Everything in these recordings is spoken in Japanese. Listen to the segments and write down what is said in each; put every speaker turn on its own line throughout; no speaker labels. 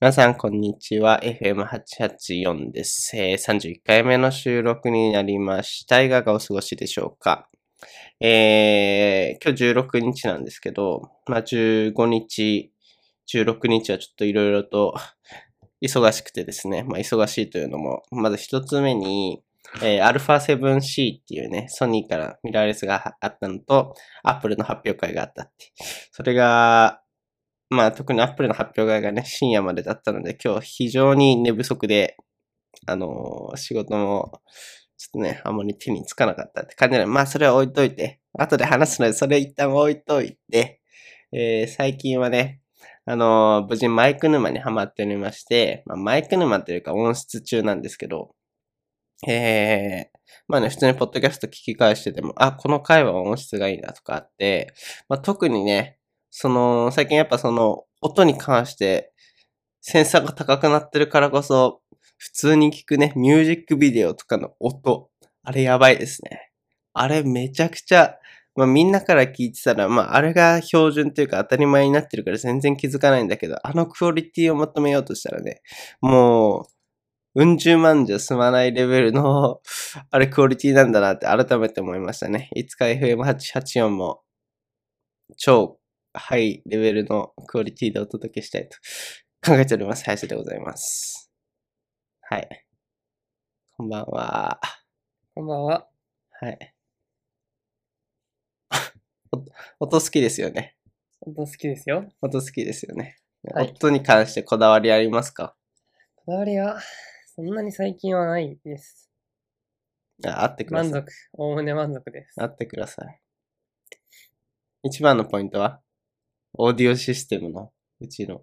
皆さん、こんにちは。FM884 です。えー31回目の収録になりました。いかがお過ごしでしょうかえー今日16日なんですけど、まあ、15日、16日はちょっといろいろと 忙しくてですね、まあ、忙しいというのも、まず一つ目に、えー、α7C っていうね、ソニーからミラーレスがあったのと、アップルの発表会があったって。それが、まあ特にアップルの発表会がね、深夜までだったので、今日非常に寝不足で、あのー仕事も、ちょっとね、あんまり手につかなかったって感じなので、まあそれは置いといて、後で話すので、それ一旦置いといて、えー最近はね、あのー無事マイク沼にハマっておりまして、まあ、マイク沼というか音質中なんですけど、えー、まあね、普通にポッドキャスト聞き返してても、あ、この回は音質がいいなとかあって、まあ特にね、その、最近やっぱその、音に関して、センサーが高くなってるからこそ、普通に聞くね、ミュージックビデオとかの音、あれやばいですね。あれめちゃくちゃ、まあみんなから聞いてたら、まああれが標準というか当たり前になってるから全然気づかないんだけど、あのクオリティを求めようとしたらね、もう、うん十万じゃ済まないレベルの、 あれクオリティなんだなって改めて思いましたね。いつか FM884 も、超ハイレベルのクオリティでお届けしたいと考えております。林でございます。はい。こんばんは。
こんばんは。
はい。 お音好きですよね。
本当好きですよ。
音好きですよね。
はい
音に関してこだわりありますか
こだわりは、そんなに最近はないです。
ああってくだ
満
さい。
足。おおむね満足です。
あってください。一番のポイントはオーディオシステムのうちの。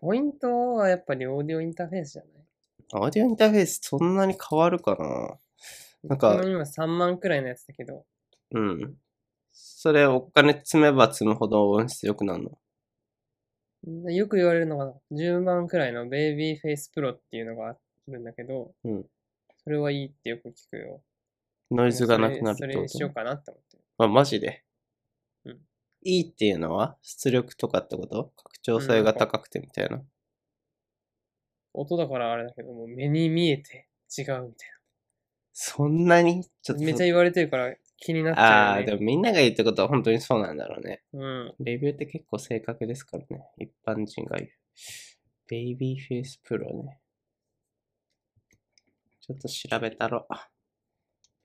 ポイントはやっぱりオーディオインターフェースじゃない
オーディオインターフェースそんなに変わるかななんか
僕の今3万くらいのやつだけど、
うん。それお金積めば積むほど音質良くなるの。
よく言われるのが10万くらいのベイビーフェイスプロっていうのがあるんだけど、
うん
それはいいってよく聞くよ。
ノイズがなくなるって
それそれ
こ
にしよう
と
かなって思ってる。
あ、マジで。
うん
いいっていうのは出力とかってこと拡張性が高くてみたいな。
音だからあれだけど、もう目に見えて違うみたい
そんなにちょっ
な。
と。
めっちゃ言われてるから気になっち
あ
ゃ
あー、
うよ、
で
ね。
もみんなが言うってことは本当にそうなんだろうね。
うん。
レビューって結構正確ですからね。一般人が言う。ベイビーフェイスプロね。ちょっと調べたろ。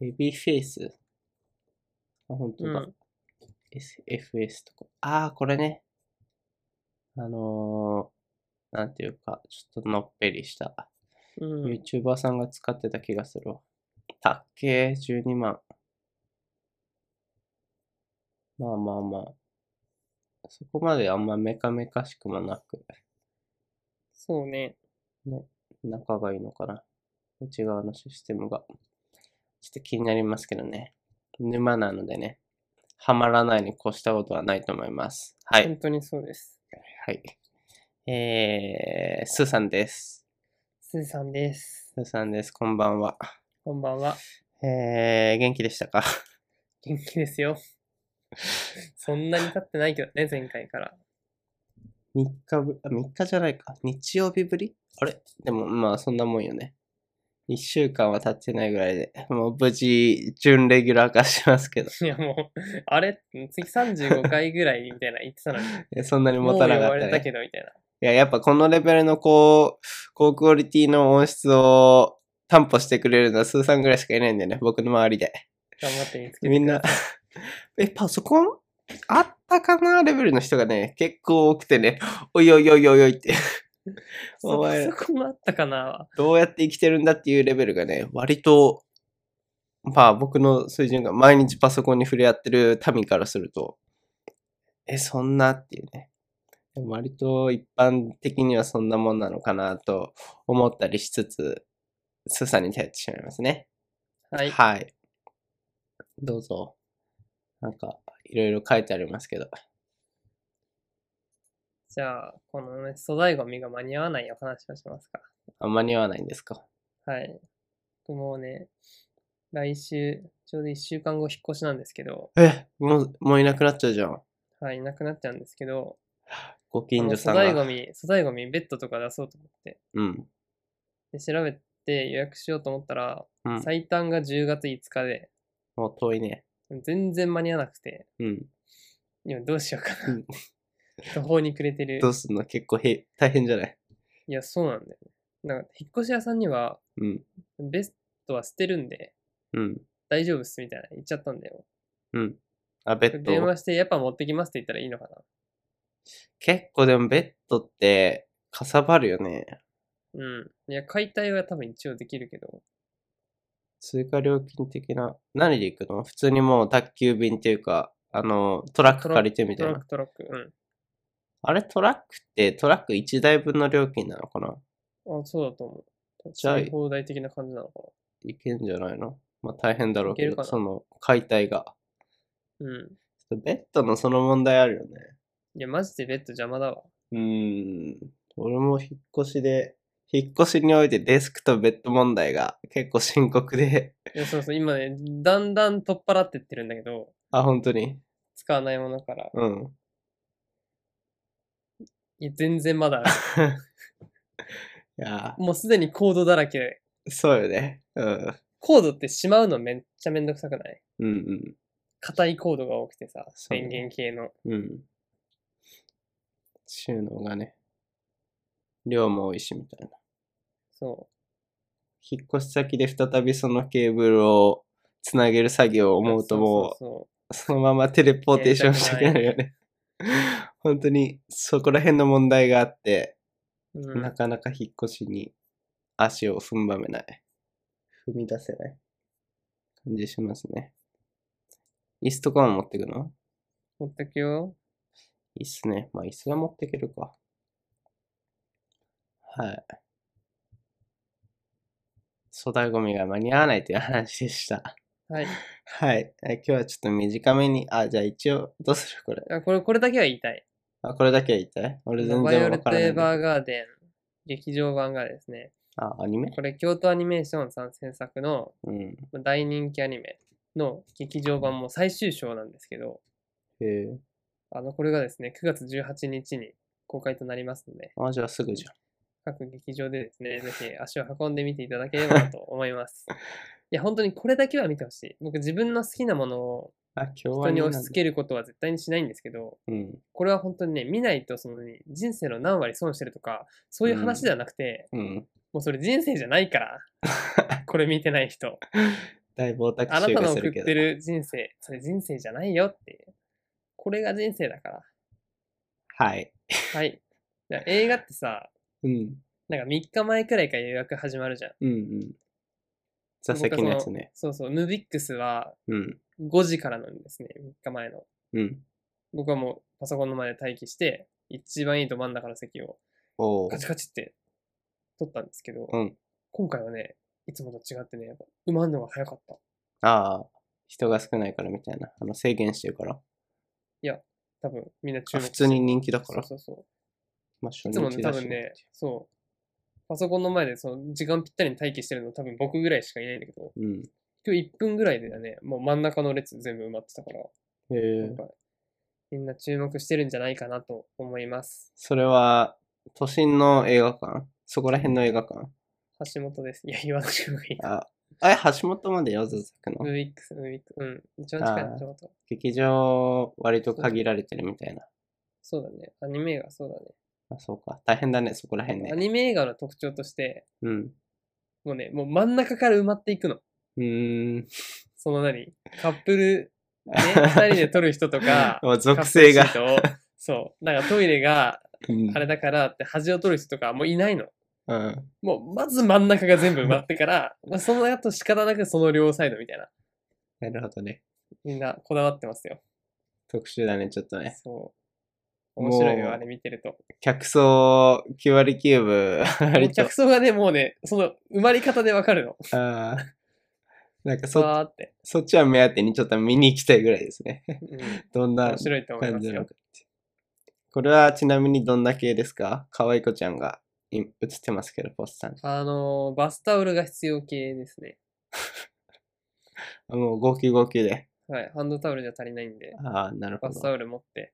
ベイビーフェイスあ、本当だ。
うん
SFS とか。ああ、これね。あのー、なんていうか、ちょっとのっぺりした。
うん。
YouTuber さんが使ってた気がするわ。たっけー、12万。まあまあまあ。そこまであんまメカメカしくもなく、
そうね。
仲がいいのかな。内側のシステムが。ちょっと気になりますけどね。沼なのでね。ハマらないに越したことはないと思います。はい。
本当にそうです。
はい。えー、スーさんです。
すーさんです。
スーさんです。こんばんは。
こんばんは。
えー、元気でしたか
元気ですよ。そんなに経ってないけどね、前回から。
3日ぶ、あ、3日じゃないか。日曜日ぶりあれでもまあそんなもんよね。1週間は経ってないぐらいで、もう無事、準レギュラー化しますけど。
いやもう、あれ次35回ぐらいみたいな言って たのに。
えそんなに
もう
持
呼
たなか
ば
った
れた
ね。
けどみたいな。
いや、やっぱこのレベルのこう、高クオリティの音質を担保してくれるのは数さんぐらいしかいないんだよね。僕の周りで。
頑張って見つけて。
みん な、え、パソコンあったかなレベルの人がね、結構多くてね、おいおいおいおいおい って。
そ
お前
そ こもあったかな
どうやって生きてるんだっていうレベルがね、割と、まあ僕の水準が毎日パソコンに触れ合ってる民からすると、え、そんなっていうね。でも割と一般的にはそんなもんなのかなと思ったりしつつ、すさに頼ってしまいますね。
はい。
どうぞ。なんか、いろいろ書いてありますけど。
じゃあ、このね、粗大ゴミが間に合わないお話をしますか。
あんまに合わないんですか
はい。もうね、来週、ちょうど1週間後引っ越しなんですけど、
え、もう、もういなくなっちゃうじゃん。
はい、いなくなっちゃうんですけど、
ご近所さん
あの粗大
が。
ゴミ、粗大ゴミ、ベッドとか出そうと思って。
うん。
で、調べて予約しようと思ったら、
うん。
最短が10月5日で、
もう遠いね。
全然間に合わなくて、
うん。
今どうしようか
う。
なん 途方に暮れてる
ど。うすんの結構へ大変じゃない
いや、そうなんだよね。なんか、引っ越し屋さんには、
うん。
ベストは捨てるんで、
うん。
大丈夫っす、みたいな言っちゃったんだよ。
うん。あ、ベッ
電
ド。
話して、やっぱ持ってきますって言ったらいいのか
結構でもベッドって、かさばるよね。
な。うん。いや、解体は多分一応できるけど、
追加料金的な。何で行くの普通にもう宅急便っていうか、あの、トラック借りてみた
ト
い
ラッ
な。
ク、トラック。
あれトラックってトラック1台分の料金なのかな
うん。あ、そうだと思う。
じゃあ
使い放題的な感じなのか
いけんじゃないのまあ大変だろうけ
いけるか
ど、
な
その解体が。
な。うん。
ベッドのその問題あるよね。
いや、マジでベッド邪魔だわ。
うーん。俺も引っ越しで、引っ越しにおいてデスクとベッド問題が結構深刻で、
いや、そうそう、今ね、だんだん取っ払ってってるんだけど、
あ、本当に。
使わないものから。
うん。
いや、全然まだある、
いや
もうすでにコードだらけで。
ー、そうよね。うん。
コードってしまうのめっちゃめんどくさくない
うんうん。
硬いコードが多くてさ、
そうね
電源系の。
うん。収納がね、量も多いしみたいな。
そ
引っ越し先で再びそのケーブルをつなげる作業を
う。
思うと
そう
も
そうそう
う、そのままテレポーテーションしたくなるよね。 本当にそこら辺の問題があって、
そう。うん
なかなか引っ越しに足を踏んばめない。踏み出せない感じしますね。椅子とかも持ってくの
持ってくよ。
椅子ね。まあ椅子は持っていけるか。はい。粗大ゴミが間に合わないという話でした。
はい。
はい。え今日はちょっと短めに、あ、じゃあ一応、どうするこれ。
あこれ、これだけは言いたい。
あ、これだけは言いたい俺全
バイ
然
オレ
わ
ッ
から
ト・
ない
エ
ん
ヴ
だ
ァ
け
ーガーデン、劇場版がですね、
ど。あ、アニメ
これ、京都アニメーションさん制作の
うん。
まあ大人気アニメの劇場版も最終章なんですけど、
へえ。
あの、これがですね、9月18日に公開となりますので、
あ、じゃあすぐじゃん。
各劇場でですね、ぜ ひ足を運んでみていただければなと思 います。いや、本当にこれだけは見てほしい。僕、自分の好きなものを
あ、今日は
人に押し付けることは絶対にしないんですけど、
うん。
これは本当にね、見ないとその、ね、人生の何割損してるとか、そういう話ではなくて、
うん。
もうそれ人生じゃないから、 これ見てない人。
だいぶオタク
あな
臭
た
が
の
す
送っ
るけど。
てる人生、それ人生じゃないよっていう。これが人生だから。
はい。
はい。だから映画ってさ、
うん。
なんか3日前くらいから予約始まるじゃん。
うんうん。座席のやつね。
そうそう、ムービックスは
うん。
5時からなんですね、3日前の。
うん。
僕はもうパソコンの前で待機して、一番いいど真ん中の席を
おお
カ。チカチって取ったんですけど、
うん
今回はね、いつもと違ってね、やっぱ埋まるのが早かった。
ああ。人が少ないからみたいな。あの制限してるから。
多分みんな注
あ
目
普通に人気だか
そう
ら。
そうそ
まあ、
う。
初
いつも
日
ね、
だ
多
し
分ね、そう。パソコンの前でその時間ぴったりに待機してるの多分僕ぐらいしかいないんだけど、
うん。
今日1分ぐらいでね、もう真ん中の列全部埋まってたから、
へえ
今。回みんな注目してるんじゃないかなと思います。
それは、都心の映画館そこら辺の映画館
橋本です。いや、言わなくてもいい。
あ、あれ、橋本までよ、ずく
ム
の。
ービックス、ムービックス。うん。一番近い
あー
橋本。
劇場、割と限られてるみたいな。
そうだね。アニメ映画、そう
あ、そうか。大変だね、そこら
だ
辺
ね。
ね
ア。ニメ映画の特徴として、
うん。
もうね、もう真ん中から埋まっていくの。
うーん。、
その何カップル、ね、二人で撮る人とか
もう属性が
カッ。プルシートをそう。だからトイレが
うん
あれだからって端を撮る人とかはもういないの。
うん。
もうまず真ん中が全部埋まって から、まあその後仕方なくその両サイドみたいな。
なるほどね。
みんなこだわってますよ。
特殊だね、ちょっとね。
そう。面白い
もう
よ、あれ見てると。
客層9割9分、 割と
客。層がね、もうね、その埋まり方でわかるの。
あーなんかそ、
わーって。
そっちは目当てにちょっと見に行きたいぐらいですね。
うん
どんな
面白いと思い
感
ます
じなの
よ
かっ。て。これはちなみにどんな系ですかかわいこちゃんがい映ってますけど、ポスターに。
あのー、バスタオルが必要系ですね。
あもう号泣号泣で。
はい。ハンドタオルじゃ足りないんで、
ああ、なるほ
バス
ど。
タオル持って、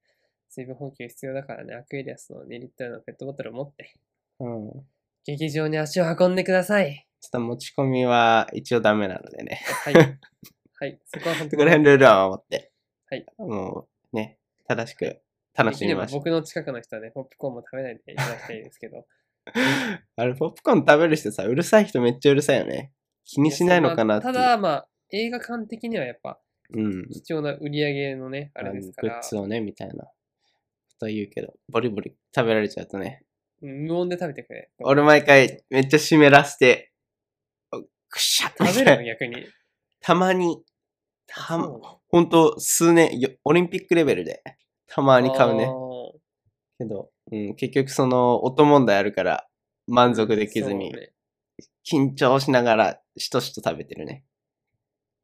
水分補給必要だからね、アクエリアスの2リットルのペットボトルを持って、
うん。ちょっ
劇場に足を運んでください。
と持ち込みは一応ダメなのでね。
はい。 はい。そこは本当
そこら辺ルールは守って。
はい。
もうね、正しく楽しみま
でき
し
れ
ょ
ば僕の近くの人はね、ポップコーンも食べないでいただきたいですけど。
う。あれ、ポップコーン食べる人さ、うるさい人めっちゃうるさいよね。 気にしないのかなってい
や
う。
そんただ、まあ、映画館的にはやっぱ、
うん。
貴重な売り上げのね、あれですか
グ
ら
ッ、ズをね、みたいな。こと言うけど、ボリボリ食べられちゃうとね。
うん無音で食べてくれ。
俺毎回めっちゃ湿らせて、おくしゃって
食べるの 逆に。
たまに、た
そうなの
ほんと数年、よオリンピックレベルで、たまに買う
あ
ね。
ー
けど、うん、結局その音問題あるから満足できずに
そう、ね
緊張しながらしとしと食べてるね。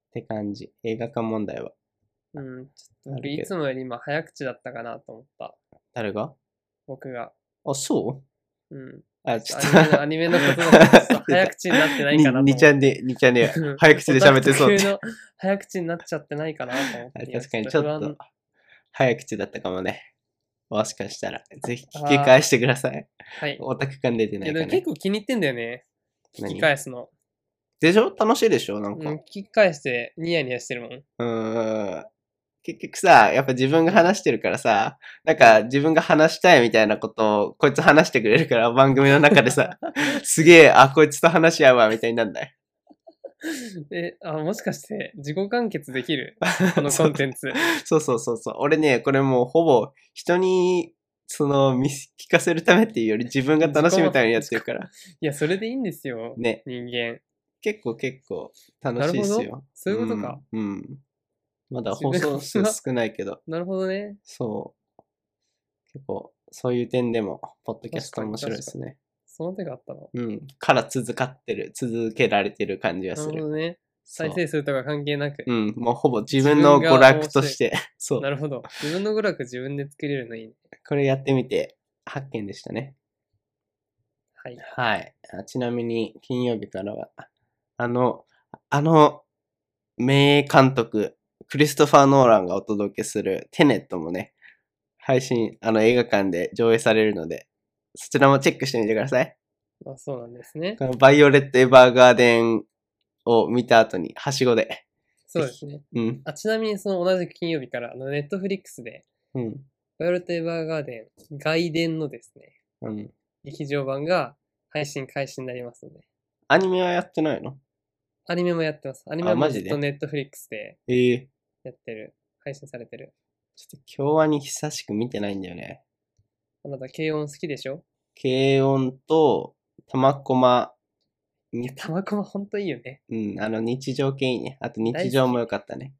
って感じ。映画館問題は。
うん、ちょっと
なる
僕
けど
いつもより今早口だったかなと思った。
誰が
僕が。
あ、そう
うん。
あ、ちょっと。
アニメのアニメのことだからちょ っと早口になってないかなと思っ
に
て。
にちゃんで、にちゃんで、
うん
早口で喋ってそう
オ
って。
タク風の早口になっちゃってないかなと思っ
あ
て。
確かにちょっ
不安
と、早口だったかもね。もしかしたら、ぜひ聞き返してください。
はい。
オタク感出て
い
な
や
い
で
か
も結
ね。
構気に入ってんだよね。聞
何
き返すの。
でしょ楽しいでしょな
うん
か
ん、聞。き返してニヤニヤしてるもん。
うーん。結局さ、やっぱ自分が話してるからさ、なんか自分が話したいみたいなことをこいつ話してくれるから番組の中で さ、すげえ、あ、こいつと話し合うわみたいになんない。
え、あ、もしかして自己完結で きるこのコンテンツ。
そうそうそうそう。俺ね、これもうほぼ人に、その、見せ聞かせるためっていうよ り自分が楽しむためにやってるから。
いや、それでいいんですよ。
ね、
人間。
結構結構楽しいです
なる
よ。
そういうことか。
うん。うんまだ放送数少ないけど。
なるほどね。
そう。結構、そういう点でも、ポッドキャスト
確かに
面白いですね。
その手があったの。
うん。から続かってる、続けられてる感じが
な
す
るほ
る。
どね。
そう
再生数とか関係なく。
うん。もうほぼ自分の娯楽として、そう
な。るほど。自分の娯楽自分で作れるのいいね。
これやってみて、発見でしたね。
はい。
はい。あちなみに、金曜日からは、あの、あの、名監督、クリストファー・ノーランがお届けするテネットもね、配信、あの映画館で上映されるので、そちらもチェックしてみてください。
あ、そうなんですね。
このバイオレット・エヴァーガーデンを見た後に、はしごで。
そうですね。
うん。
あちなみに、その同じく金曜日から、あの、ネットフリックスで、
うん。
バイオレット・エヴァーガーデン、外伝のですね、
うん。
劇場版が配信開始になりますので、
アニメはやってないの
アニメもやってます。アニメも
マ
ず
ジ
っ
で
とネットフリックスで
ええ
やってる、配信されてる。
ちょっと京アニ久しく見てないんだよね。
あなた、軽音好きでしょ
軽音と、玉駒、に
タマコマほんといいよね。
うん、あの日常系いいね。あと日常も良かったね。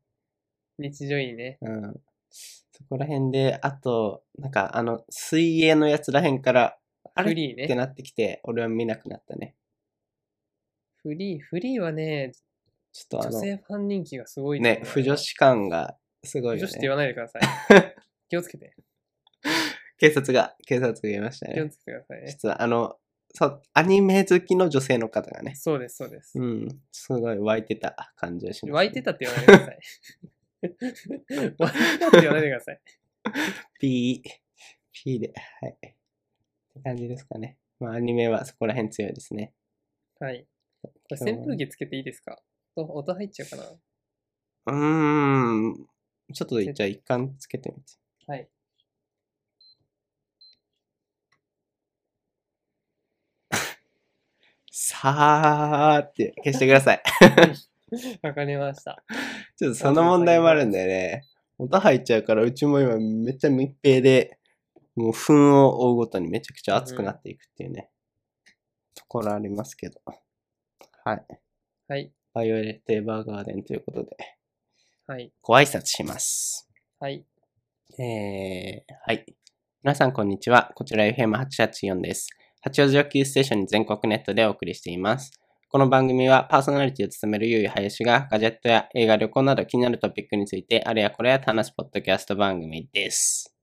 日常いいね。
うん。そこら辺で、あと、なんかあの、水泳のやつら辺から、あれ
フリー
って
ね。
なってきて、俺は見なくなったね。
フリー、フリーはね、
ちょっとあ
女
の、
性ファン人気がすごいと思う
ね、不女子感がすご
不
い
女
よ
子って言
ね。
わないでくだ さい。気をつけて。
警察が、警察が言いました
気を
ね。
つけてくださいね。
実はあの、そう、アニメ好きの女性の方がね、
そうです、そうです。
うん、すごい湧いてた感じがします、
湧いて
た
たって言わないで ください。湧いてたって言わないでください。
ピー、ピーで、はい。って感じですかね。まあアニメはそこら辺強いですね。
はい。これ
今日は
扇風機つけていいですかお音入っちゃうか
う
な
ーん。ちょっとじゃあ一貫つけてみて。
はい。
さーって消してください。
わかりました。
ちょっとその問題もあるんだよね。音入っちゃうから、うちも今めっちゃ密閉で、もう糞を追うごとにめちゃくちゃ熱くなっていくっていうね、ところありますけど。はい。
はい。
バイオレット・エヴァーガーデンということで、
はい。
ご挨拶します。
はい。
えー、はい。皆さん、こんにちは。こちら FM884 です。八王子をキーステーションに全国ネットでお送りしています。この番組はパーソナリティを務めるゆうゆはやしがガジェットや映画、旅行など気になるトピックについてあれやこれやと話すポッドキャスト番組です。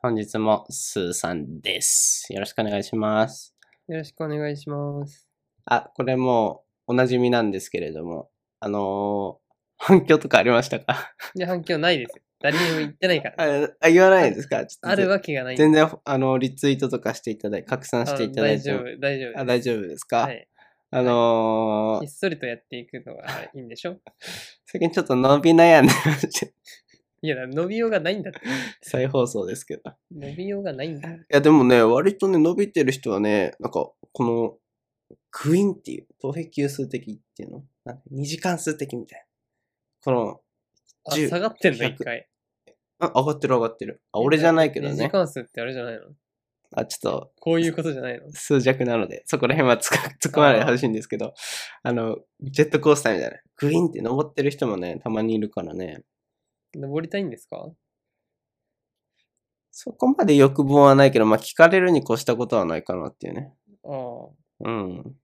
本日もスーさんです。よろしくお願いします。
よろしくお願いします。
あ、これもうおなじみなんですけれども、あのー反響とかありましたか
で、反響ないですよ。誰にも言ってないか ら。
ああ言わないんですかちょっと
あるわけがない。
全然、あの、リツイートとかしていただいて、拡散していただいて
あ
も
の。大丈夫、大丈夫。
あ大丈夫ですか、
はい。
あの
ひっ
ー、
そりとやっていくのがいいんでしょ
最近ちょっと伸び悩んでまして、
いや、だから伸びようがないんだって。
再放送ですけど。い
伸びようがないんだ。
や、でもね、割とね、伸びてる人はね、なんか、この、クイーンっていう、等比級数的っていうのなんか二次関数的みたいな。この、
あ、
10
下がってんの、
100
一回。
あ、上がってる上がってる。あ、俺じゃないけど
二次
ね。
関数ってあれじゃないの
あ、ちょっと、
こういうことじゃないの
数弱なので、そこら辺はつか突っ込まないでほしいんですけど、あの、ジェットコースターみたいな、グイーンって登ってる人もね、たまにいるからね、
登りたいんですか
そこまで欲望はないけど、まあ、聞かれるに越したことはないかなっていうね。
ああ。
うん。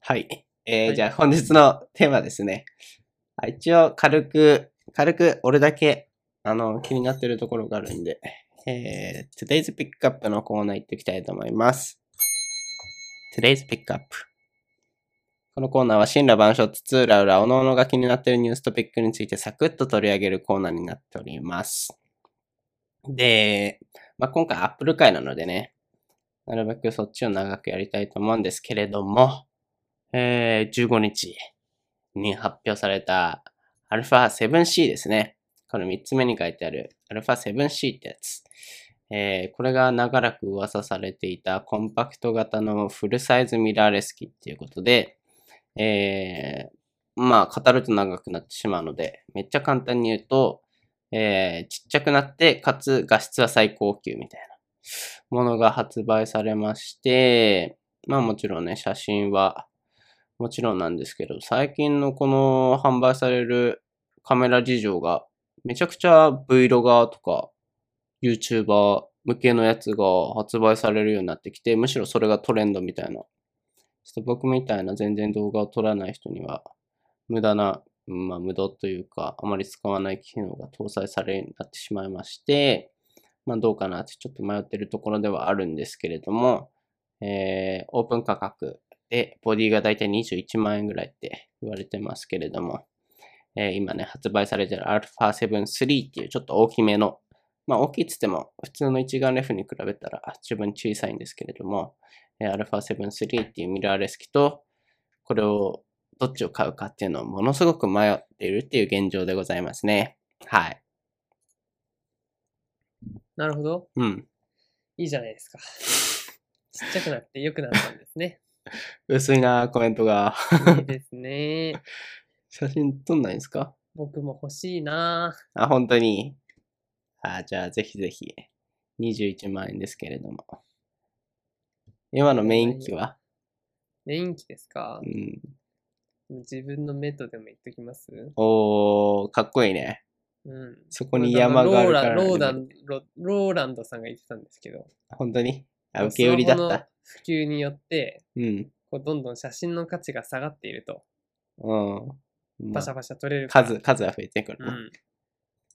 はい。えー
はい
じゃあ本日のテーマですね。あ一応、軽く、軽く、俺だけ、あの、気になってるところがあるんで、えー、Today's Pickup のコーナー行っていきたいと思います。Today's Pickup。このコーナーは、神羅万象、津々浦々、おのおのが気になってるニューストピックについてサクッと取り上げるコーナーになっております。で、まあ、今回 Apple 会なのでね、なるべくそっちを長くやりたいと思うんですけれども、えー、15日に発表された α7C ですね。この3つ目に書いてある α7C ってやつ。えー、これが長らく噂されていたコンパクト型のフルサイズミラーレス機っていうことで、えー、まあ語ると長くなってしまうので、めっちゃ簡単に言うと、えー、ちっちゃくなって、かつ画質は最高級みたいな。ものが発売されまして、まあもちろんね、写真はもちろんなんですけど、最近のこの販売されるカメラ事情が、めちゃくちゃ Vlogger とか YouTuber 向けのやつが発売されるようになってきて、むしろそれがトレンドみたいな。ちょっと僕みたいな全然動画を撮らない人には、無駄な、うんまあ無駄というか、あまり使わない機能が搭載されるようになってしまいまして、まあ、どうかなってちょっと迷ってるところではあるんですけれども、えー、オープン価格で、ボディがだいたい21万円ぐらいって言われてますけれども、えー今ね、発売されてる α7-3 っていうちょっと大きめの、まあ大きいっつっても、普通の一眼レフに比べたら十分小さいんですけれども、えー、α7-3 っていうミラーレス機と、これを、どっちを買うかっていうのをものすごく迷っているっていう現状でございますね。はい。
なるほど。
うん。
いいじゃないですか。ちっちゃくなって良くなったんです ね。
薄いなコメントが。
いいですね。
写真撮んないんですか
僕も欲しいな
あ、本当に。あ、じゃあぜひぜひ。21万円ですけれども。今のメイン機は、
メイン機ですか
うん、
自分の目とでも言っときます
おー、かっこいいね。
うん。
そこに山があるから、ね。
ローランローランロローランドさんが言ってたんですけど。
本当にあ、受け売りだ
ス
っ
マホの
た。
普及によって、
うん。
こうどんどん写真の価値が下がっていると、
うん。ま
パ
あ
シャパシャ撮れるから
数、数は増えてくる
う
な。
ん。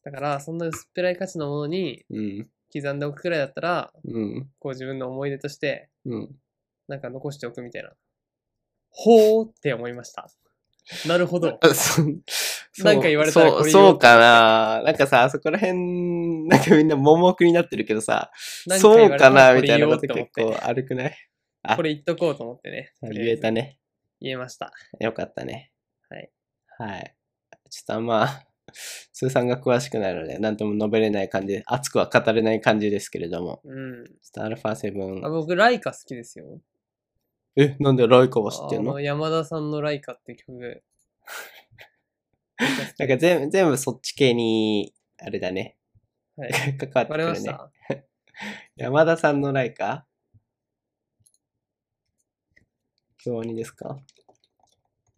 だから、そんな薄っぺらい価値のものに
うん。
刻んでおくくらいだったら、
うん。
こう自分の思い出として、
うん。
なんか残しておくみたいな。ほーって思いました。なるほど。
あ そんそう
なんか言われたら
そ
こ
う
れ言お
そううかな。なんかさ、あそこら辺、なんかみんな盲目になってるけどさ、
なん言
そう
われ
か
た
な
ら
みたいなこと
これ言お
結
うと思っ
構あるくない
てこれ言っとこうと思ってね。とりあ
言え
ず
たね。
言えました。
よかったね。
はい。
はい。ちょっとあんま、 スーさんが詳しくないので、なんとも述べれない感じで、熱くは語れない感じですけれども、
うん。
ちょっと
あ
α7。
僕、ライカ好きですよ。
え、なんでライカは知ってん
あ
の
の山田さんのライカっ て曲。
なんか全部、全部そっち系に、あれだね。
はい。
関わってく
わかりま
る
し
ね。
た。
山田さんのライカ今日にですか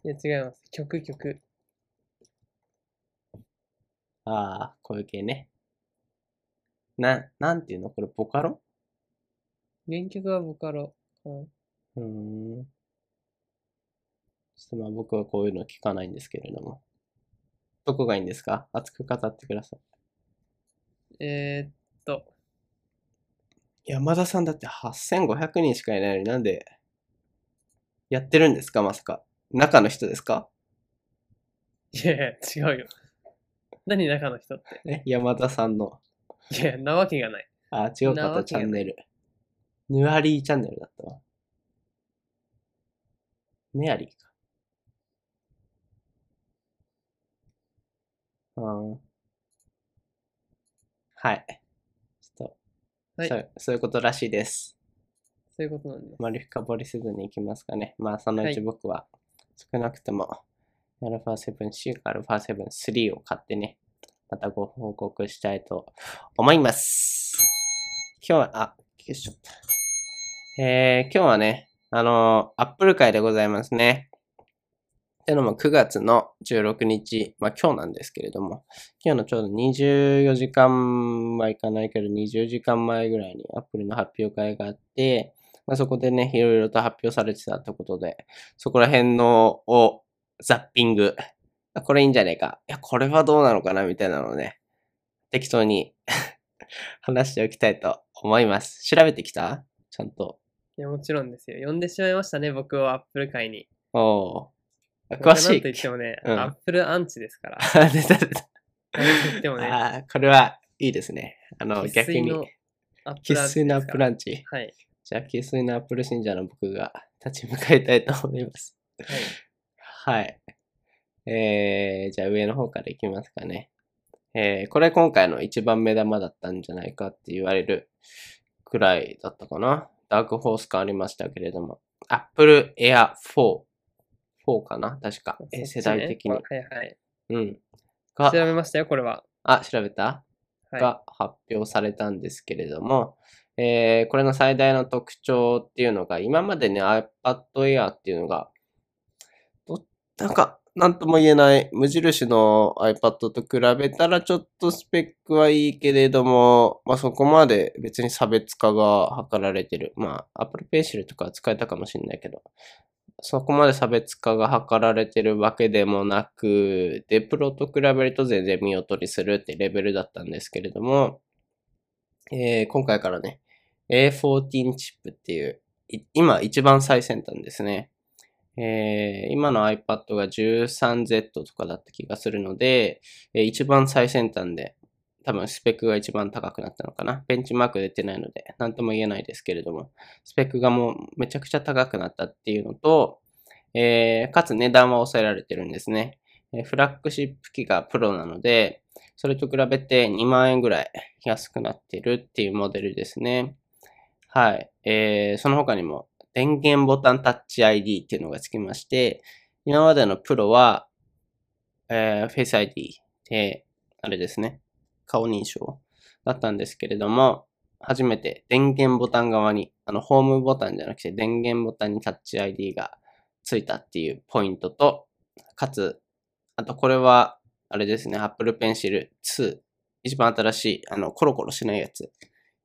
いや、違います。曲、曲。
ああ、こういう系ね。な、なんていうのこれ、ボカロ
原曲はボカロ。うん
うーん。ちょっとまあ僕はこういうの聞かないんですけれども。どこがいいんですか熱く語ってください。
えー、っと、
山田さんだって8500人しかいないのになんで、やってるんですかまさか。中の人ですか
いやいや、違うよ。何中の人って。
え山田さんの、
いや、なわけがない。
あ、違う
な
かっ
わけ
た、
が
チャンネル。ヌアリーチャンネルだったわ。メアリーか。うん。はい。ちょっと、
はい
そう、そういうことらしいです。
そういうことなん
あ。
で
まり深掘りせずにいきますかね。まあ、そのうち
はい
僕は、少なくとも、α7C か α7-3 を買ってね、またご報告したいと思います。今日は、あ、消しちゃった。えー、今日はね、あのー、アップル会でございますね。ってのも9月の16日、まあ今日なんですけれども、今日のちょうど24時間はいかないけど、20時間前ぐらいにアップルの発表会があって、まあ、そこでね、いろいろと発表されてたってことで、そこら辺のをザッピング。あこれいいんじゃねえか。いや、これはどうなのかなみたいなのをね、適当に 話しておきたいと思います。調べてきたちゃんと。
いや、もちろんですよ。呼んでしまいましたね、僕をアップル会に。
おおう。詳し
なん
い
と言ってもね、
うん
アップルアンチですから。
あ 出た出た。
なんと言ってもね、
あーこれはいいですね。あの、
生
逆
粋
に
の。アッ
生
プルアンチ
粋
で
のア
す
ッ
か
プ
ら。
ランチ。
はい。
じゃあ、生粋のアップル信者の僕が立ち向かいたいと思います。
はい。
はい。えー、じゃあ上の方からいきますかね。えー、これ今回の一番目玉だったんじゃないかって言われるくらいだったかな。ダークホース感ありましたけれども。Apple Air 4。4かな確か。えー
そ
世
っちね
代的に
は。いはい。
うん。
調
が、
べましたよ、これは。
あ、調べた
はい。
が発表されたんですけれども、えーこれの最大の特徴っていうのが、今までね、iPad Air っていうのが、どなんか、なんとも言えない、無印の iPad と比べたらちょっとスペックはいいけれども、まあそこまで別に差別化が図られてる。まあ Apple Pencil とかは使えたかもしれないけど、そこまで差別化が図られてるわけでもなく、で、プロと比べると全然見劣りするってレベルだったんですけれども、えー今回からね、A14 チップっていう、い今一番最先端ですね。えー今の iPad が 13Z とかだった気がするので、えー一番最先端で、多分スペックが一番高くなったのかな。ベンチマーク出てないので、なんとも言えないですけれども、スペックがもうめちゃくちゃ高くなったっていうのと、えーかつ値段は抑えられてるんですね。えーフラッグシップ機がプロなので、それと比べて2万円ぐらい安くなってるっていうモデルですね。はい。えーその他にも、電源ボタンタッチ ID っていうのがつきまして、今までのプロは、えー Face ID で、あれですね、顔認証だったんですけれども、初めて電源ボタン側に、あの、ホームボタンじゃなくて電源ボタンにタッチ ID がついたっていうポイントと、かつ、あとこれは、あれですね、Apple Pencil 2。一番新しい、あの、コロコロしないやつ。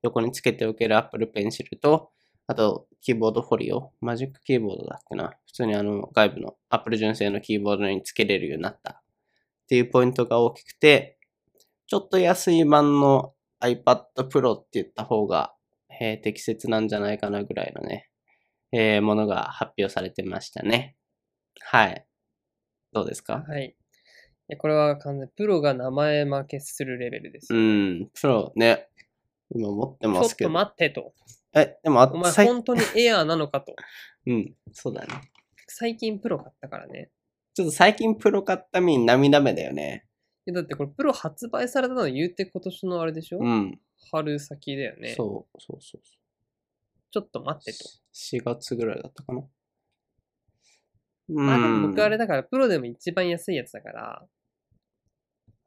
横につけておける Apple Pencil と、あと、キーボードフォリオ。マジックキーボードだっけな。普通にあの、外部の Apple 純正のキーボードにつけれるようになった。っていうポイントが大きくて、ちょっと安い版の iPad Pro って言った方が、えー適切なんじゃないかなぐらいのね、えーものが発表されてましたね。はい。どうですか
はい。いやこれは完全にプロが名前負けするレベルです
う
よ。
ん、プロね、今持って
ち
ま
ょっ
すけ
と
ど。
待ってと。
え、でもあ
お前、
最
本当にエアーなのかと。
うん、そうだね。
最近プロ買ったからね。
ちょっと最近プロ買った身に涙目だよね。
いやだってこれプロ発売されたの言うて今年のあれでしょ、
うん、
春先だよね。
そう、そうそうそう。
ちょっと待ってと。
4月ぐらいだったかな。うん。
まあでも僕あれだから、プロでも一番安いやつだから、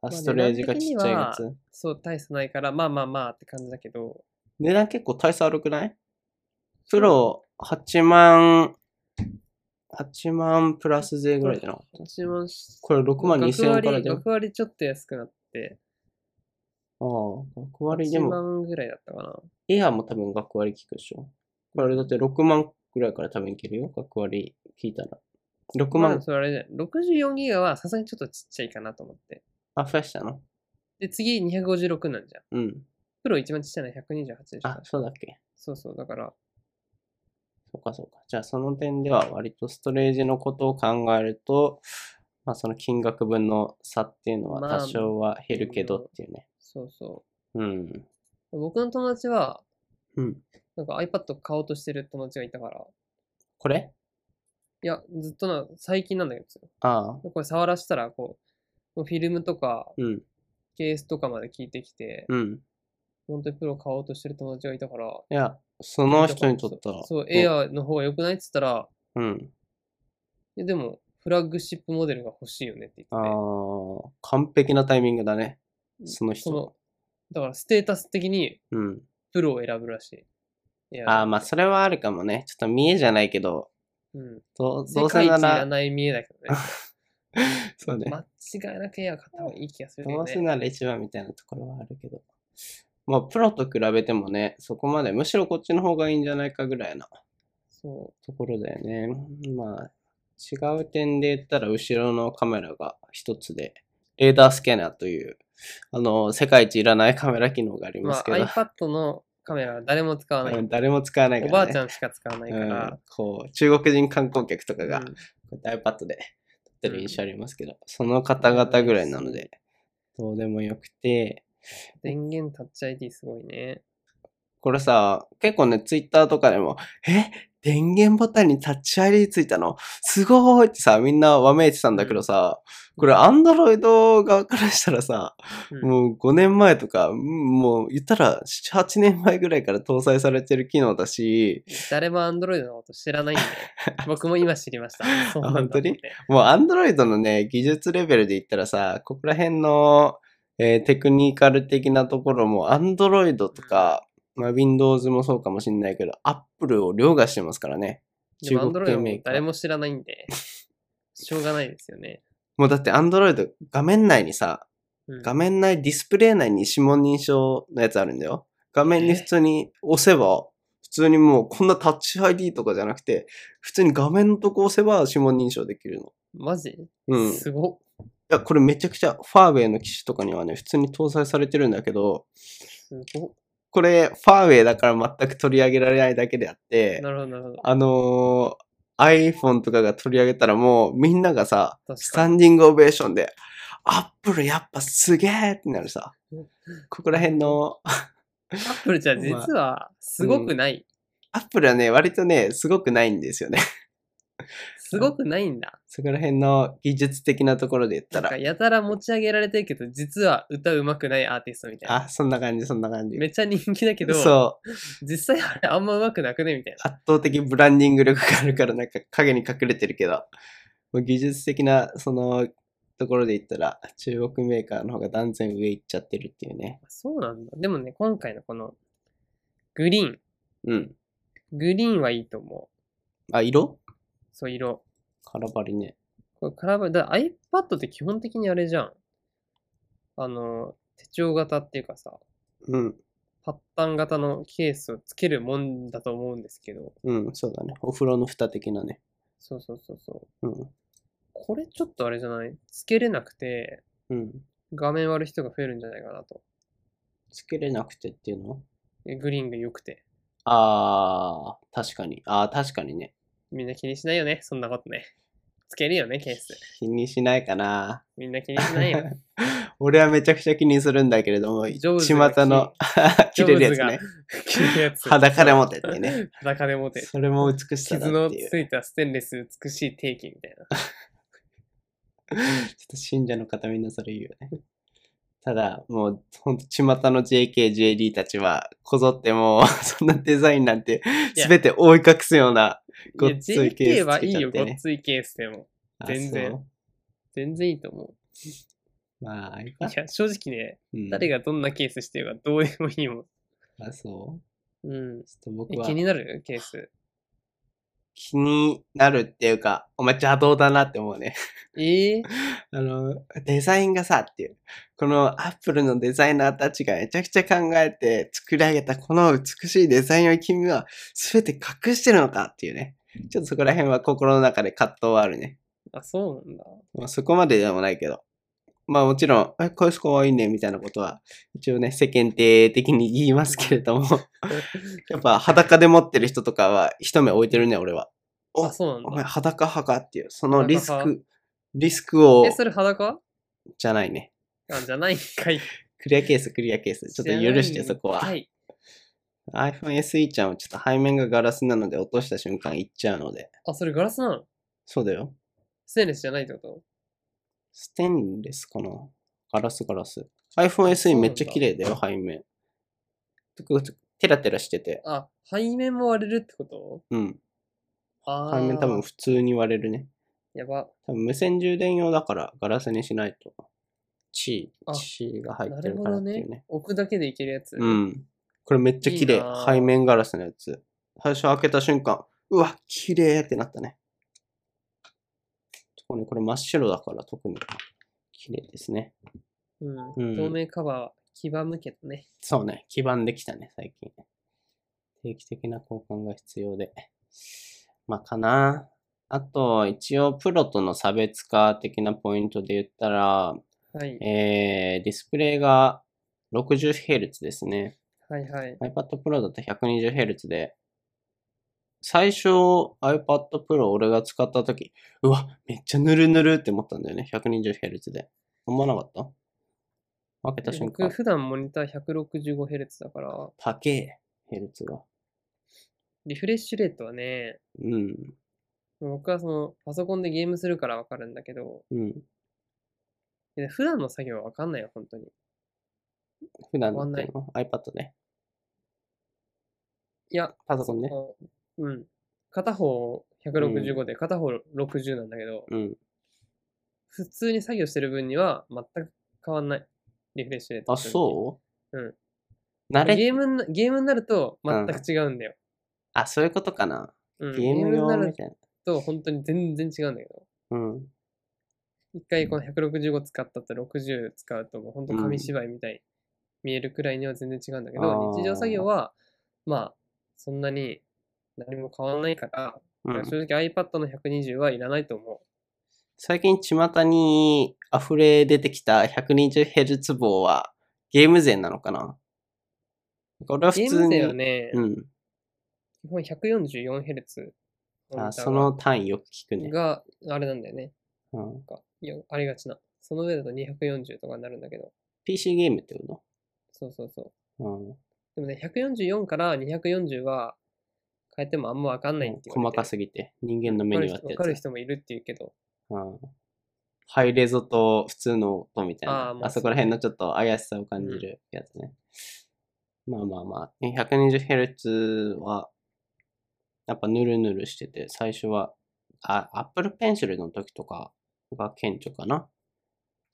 あストレージがちっちゃいやつ。
そう、大差ないから、まあまあまあって感じだけど、
値段結構大差悪くないプロ8万、8万プラス税ぐらいじゃなかった
私もし
これ6万2千円からじゃん。ああ
学割、学割ちょっと安くなって、
学割で
1
も、
万ぐらいだったかな。
エアーも多分学割聞くでしょ。これだって6万ぐらいから多分いけるよ。学割聞いたら。6
まあ、
万、
それあれじゃん。64ギガはさすがにちょっとちっちゃいかなと思って。
あ、増やしたの
で、次256なんじゃん。
うん。
プロ一番ちっちゃいのは128でしょ
あ、。そうだっけ。
そうそう、だから、
そうかそうか。じゃあその点では割とストレージのことを考えると、まあその金額分の差っていうのは
まあ
多少は減るけどっていうね。
そうそ
うん。
う。僕の友達は、
うん。
なんか iPad 買おうとしてる友達がいたから、
これ
いや、ずっとな、最近なんだけど
ああ。
これ触らしたら、こう、もうフィルムとか、
うん。
ケースとかまで聞いてきて、
うん。
本当にプロ買おうとしてる友達がいたから、
いや、その人にとったら。
そう、エ
ね
アーの方が良くないって言ったら、
うん。
いやでも、フラッグシップモデルが欲しいよねって言
あ
ってて
あ、完璧なタイミングだね。その人
その、だからステータス的に
うん。
プロを選ぶらしい。エアー
ああ、まあそれはあるかもね。ちょっと見えじゃないけど、
うん。
どうど
世
うせ
界一
ない
ら
ら、
ない見えだけどね。
そうね。
間違いなくエアー買った方がいい気がするけ
ど
ど
うせ
ね。
なら一番みたいなところはあるけど。まあ、プロと比べてもね、そこまで、むしろこっちの方がいいんじゃないかぐらいな
そ
ところだよね。まあ、違う点で言ったら、後ろのカメラが一つで、レーダースキャナーという、あの、世界一いらないカメラ機能があり
う。
ま
まあ
すけど、
iPad のカメラは誰も使わな
うん
い。
誰も使わないか
お
ら、ね。
ばあちゃんしか使わないか
う
ら
ん。こう、中国人観光客とか
うん
が、こうやって iPad で撮ってる印象ありますけど、その方々ぐらいなので、どうでもよくて、
電源タッチ ID すごいね。
これさ、結構ね、ツイッターとかでも、え電源ボタンにタッチ ID ついたのすごーいってさ、みんなわめいてたんだけどさ、これ、アンドロイド側からしたらさ、
うん
もう5年前とか、うんもう言ったら7、8年前ぐらいから搭載されてる機能だし、
誰も Android のこと知 らないんで、僕も今知りました。そうなんだ
本当に
と思って
もうアンドロイドのね、技術レベルで言ったらさ、ここら辺の、えーテクニカル的なところも、アンドロイドとか、まあ、Windows もそうかもしれないけど、Apple を凌駕してますからね。
でも
中国系
Android
メー
も
カー
誰も知らないんで、しょうがないですよね。
もうだってアンドロイド画面内にさ、
うん
画面内、ディスプレイ内に指紋認証のやつあるんだよ。画面に普通に押せば、普通にもうこんなタッチ ID とかじゃなくて、普通に画面のとこ押せば指紋認証できるの。
マジ
うん。
すごっ。
いや、これめちゃくちゃ、ファーウェイの機種とかにはね、普通に搭載されてるんだけど、
すごっ。
これ、ファーウェイだから全く取り上げられないだけであって
な、るほど、なるほど。
あのー iPhone とかが取り上げたらもうみんながさ、スタ
確か
ンディングオベーションで、アップルやっぱすげえってなるさ
うん、
ここら辺の、
に。アップルじゃ実はすごくない。
アップルはね、割とね、すごくないんですよね。
すごくないんだ。
そこら辺の技術的なところで言った、
なんからやたら持ち上げられてるけど、実は歌うまくないアーティストみたいな。
あ、そんな感じ、そんな感じ。
めっちゃ人気だけど、
そう、
実際あれあんまうまくなくねみたいな。
圧倒的ブランディング力があるから、なんか影に隠れてるけど、もう技術的な、その、ところで言ったら、中国メーカーの方が断然上行っちゃってるっていうね。
そうなんだ。でもね、今回のこの、グリーン。
うん。
グリーンはいいと思う。
あ、色
そう、色。
カラバリね。
これカラーバリだから iPad って基本的にあれじゃん。あの、手帳型っていうかさ、
うん。
パッタン型のケースをつけるもんだと思うんですけど、
うん、そうだね。お風呂の蓋的なね。
そうそうそうそう。
うん。
これちょっとあれじゃないつけれなくて、
うん。
画面割る人が増えるんじゃないかなと。
つけれなくてっていうの
えグリーンが良くて。
あー、確かに。あー、確かにね。
みんな気にしないよね、そんなことね。つけるよね、ケース。
気にしないかな。
みんな気にしないよ。
俺はめちゃくちゃ気にするんだけれども、
ジ
巷
ョブズが
の 切れるやつね。
着るや つ。
裸で持てってね。
裸で持て。
それも美しさだ
傷
っ
の
て
つ
いう。
いたステンレス美しい定期みたいな。
ちょっと信者の方みんなそれ言うよね。ただ、もう、ほんと、巷の JK、JD たちは、こぞってもう、 そんなデザインなんて、
いや
すべて覆い隠すような、ご
いや
っついケ
JK
ースつ
はい
け
い
ちゃっ
よ、ご
て
っ
ね。
ついケースでも。
あ
全然。
そう
全然いいと思
まあ、あれ
う。
か
い。や、正直ね、
うん
誰がどんなケースしてるかどうでもいいもん。
あ、そう。
うん。
ちょっと僕
え
は
気になるケ ース。
気になるっていうか、お前邪道だなって思うね。
ええ
あの、デザインがさっていう。このアップルのデザイナーたちがめちゃくちゃ考えて作り上げたこの美しいデザインを君は全て隠してるのかっていうね。ちょっとそこら辺は心の中で葛藤はあるね。
あ、そうなんだ。
まあ、そこまででもないけど。まあもちろん、え、こいつかわいいねみたいなことは、一応ね、世間体的に言いますけれども、やっぱ裸で持ってる人とかは一目置いてるね、俺は。お
あ、そうなん
お
だ。
前裸派かっていう、そのリス
裸
ク、リスクを
え、、それ裸
じゃないね。
あ、じゃないんかい。
クリアケース、クリアケース。ちょっと許して、そこは。
はい。
iPhone SE ちゃんはちょっと背面がガラスなので落とした瞬間いっちゃうので。
あ、それガラスなの
そうだよ。
ステンレスじゃないってこと
ステンレスかなガラスガラス。iPhone
そ
SE
うなんだ
めっちゃ綺麗だよ、背面。とくテラテラしてて。
あ、背面も割れるってこと
うん。
ああ。
背面多分。普通に割れるね。
やば。
多分無線充電用だからガラスにしないと。チー、
あ
チーが入
な
って
る
る
ほ
から
ど
ってい
ね
うね。。
置くだけでいけるやつ。
うん。これめっちゃ綺麗
いいなあ
背面ガラスのやつ。最初開けた瞬間、うわ、綺麗ってなったね。特にこれ真っ白だから特に綺麗ですね。
う
うん
ん。透明カバーは黄ばむけどね。
そうね、基盤できたね、最近。定期的な交換が必要で。まあ、かな。あと、一応、プロとの差別化的なポイントで言ったら、
はい。
えー、ディスプレイが 60Hz ですね。
はいはい。
iPad Pro だと 120Hz で、最初 iPad Pro 俺が使った時、うわ、めっちゃぬるぬるって思ったんだよね。120Hz で。思わなかった開けた瞬
僕、
間、
普段モニター 165Hz だから、
高え、Hz が。
リフレッシュレートはね、
うん、
僕はそのパソコンでゲームするからわかるんだけど、
うん。
いや普段の作業はわかんないよ、本当に。
普段だっていうの iPad で。
いや、
パソコンね。
あうん。片方165で、片方60なんだけど、
うん。
普通に作業してる分には全く変わんない。リフレッシュレート。
あ、そう
うん。
慣れ
ゲームになゲームになると全く違うんだよ。
あ、そういうことかな。
うん
ゲーム
にな
用み
る
たいな。
と本当に全然違うんだけど。
うん。
一回この165使ったと60使うともう本当紙芝居みたいに見えるくらいには全然違うんだけど、
あー
日常作業はまあそんなに何も変わらないから、
うん、
正直 iPad の120はいらないと思
最近巷に溢れ出てきた 120Hz 棒はゲーム税なのかなこれは
う。ゲ
普通
ーム
に。
ではね、
うん。
基本 144Hz
あ、その単位よく聞くね。
があれなんだよね。
うん、
なんかよありがちな。その上だと240とかになるんだけど、
PC ゲームってこ
そうそうそう。
とうん。
でもね、144から240は変えてもあんまわかんないって言
細
われてる
かすぎて、人間の目にはって
わ
や
かる
つ。
人もいるって言うけど、
うん。ハイレゾと普通の音みたいな。
あー
あ
まあ
そこら辺のちょっと怪しさを感じるやつね。まあまあまあ。120Hz は、やっぱヌルヌルしてて、最初は、あ、Apple Pencil の時とかが顕著かな。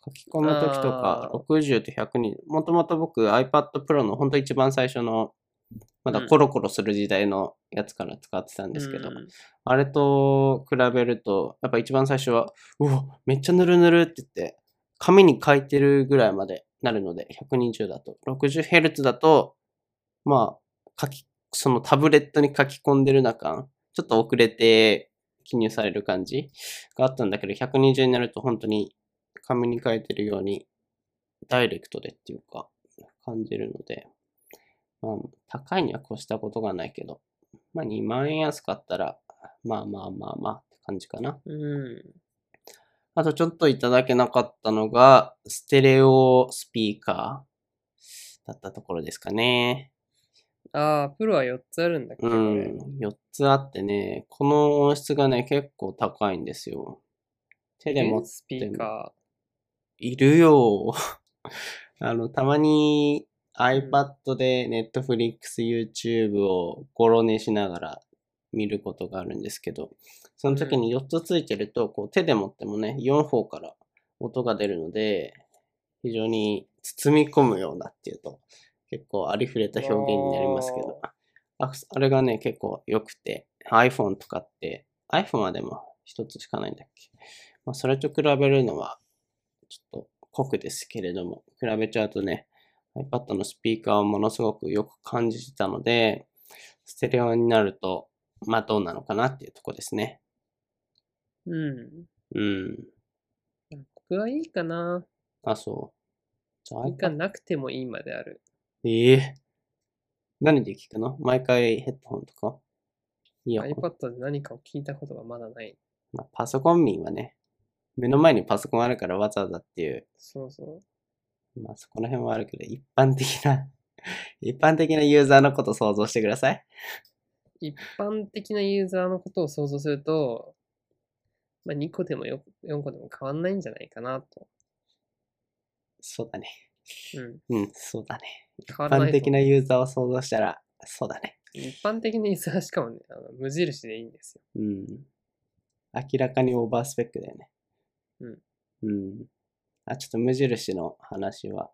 書き込む時とか
あ、ー
60と120。もともと僕 iPad Pro のほんと一番最初の、まだ
うん
コロコロする時代のやつから使ってたんですけど、
うん
あれと比べると、やっぱ一番最初は、うわ、めっちゃぬるぬるって言って、紙に書いてるぐらいまでなるので、120だと。60Hz だと、まあ、書き、そのタブレットに書き込んでる中、ちょっと遅れて記入される感じがあったんだけど、120になると本当に紙に書いてるように、ダイレクトでっていうか、感じるので、まあ、高いには越したことがないけど、まあ、2万円安かったら、まあまあまあまあって感じかな。
うん。
あとちょっといただけなかったのが、ステレオスピーカーだったところですかね。
ああ、プロは4つあるんだっけ
う
ど、
ん。4つあってね、この音質がね、結構高いんですよ。手で
で
持っ
も、スピーカ
いるよ。 あの、たまに iPad で Netflix、YouTube をゴロ寝しながら見ることがあるんですけど、その時に4つついてると、こう手で持ってもね、4方から音が出るので、非常に包み込むようなっていうと、結構ありふれた表現になりますけど、ああれがね、結構良くて、iPhone とかって、iPhone はでも一つしかないんだっけ。まあ、それと比べるのは、ちょっと酷ですけれども、比べちゃうとね、iPad のスピーカーをものすごくよく感じてたので、ステレオになると、まあどうなのかなっていうとこですね。
ー。うん。
うん。
僕はいいかな。
あ、そう。じゃあ
いいか
iPad、
なくてもいいまである。
ええ何で聞くの毎回ヘッドホンとかいや、
iPad で何かを聞いたことがまだない。
まあ、パソコン民はね、目の前にパソコンあるからわざわざっていう、
そうそう。
まあそこら辺はあるけど、一般的な、 一般的なユーザーのこと想像してください。
一般的なユーザーのことを想像すると、まあ、2個でもよ4個でも変わんないんじゃないかなと。
そうだね。
うん。
うん、そうだね。
変
一
わらな
般
いと
的
思
な
う。
ユーザーを想像したら、そうだね。
一般的なユーザーしかもね、あの無印でいいんですよ。
うん。明らかにオーバースペックだよね。うん。うん。あ、ちょっと無印の話は、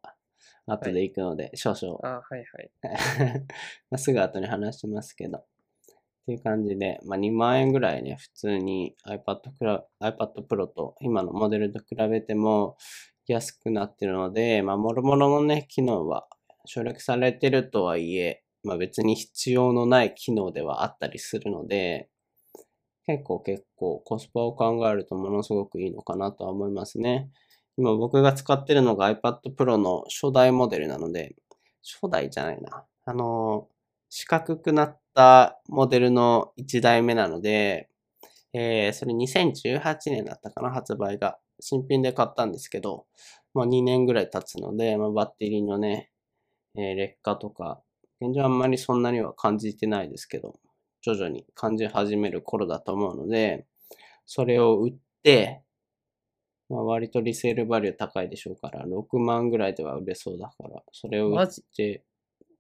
後で行くので、少々
あはいはい。
まあすぐ後に話しますけど。っていう感じで、まあ、2万円ぐらいね、普通に iPad, クラ iPad Pro と今のモデルと比べても安くなってるので、まあ、もろもろのね、機能は省略されてるとはいえ、まあ、別に必要のない機能ではあったりするので、結構結構コスパを考えるとものすごくいいのかなとは思いますね。今僕が使ってるのが iPad Pro の初代モデルなので、初代じゃないな。あの、四角くなったモデルの1代目なので、えーそれ2018年だったかな、発売が。新品で買ったんですけど、まあ2年ぐらい経つので、まあ、バッテリーのね、えー劣化とか、現状あんまりそんなには感じてないですけど、徐々に感じ始める頃だと思うので、それを売って、まあ、割とリセールバリュー高いでしょうから、6万ぐらいでは売れそうだから、それを売
マ
っ
ジ
て、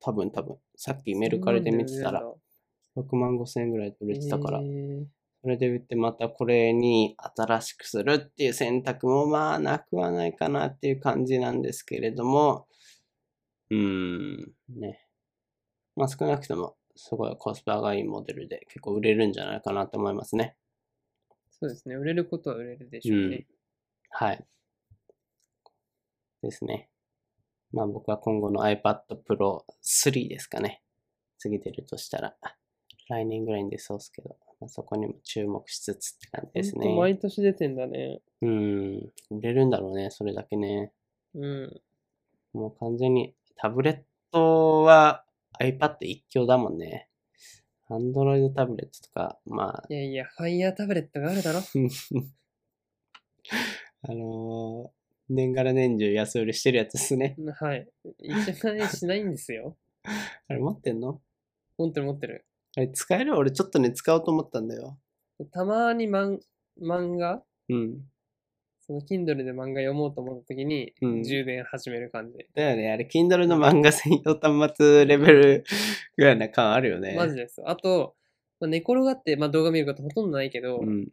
多分多分、さっきメルカリで見てたら、6万5千円ぐらいで売
売
れてたから、
えー
それで売ってまたこれに新しくするっていう選択もまあなくはないかなっていう感じなんですけれども、うーん、ね。まあ少なくともすごいコスパがいいモデルで結構売れるんじゃないかなと思いますね。
そうですね。売れることは売れるでしょうね。
はい。ですね。まあ僕は今後の iPad Pro 3ですかね。過ぎてるとしたら、来年ぐらいに出そうですけど、まあ、そこにも注目しつつって感じです
ほん
ね
と。毎年出てんだね。
うん。売れるんだろうね、それだけね。
うん。
もう完全に、タブレットは iPad 一強だもんね。Android タブレットとか、まあ、
いやいや、ファイヤータブレットがあるだろ。
あのー年がら年中安売りしてるやつですね。
はい。1万円しないんですよ。
あれ持ってんの
持ってる持ってる。
あれ使える俺ちょっとね、使おうと思ったんだよ。
たまに漫漫画、
うん。
その Kindle で漫画読もうと思った時に、
うん
充電始める感じ。
だよね、あれ、Kindle の漫画専用端末レベルぐらいな感あるよね。
マジです。あと、まあ、寝転がって、まあ、動画見ることほとんどないけど、
うん、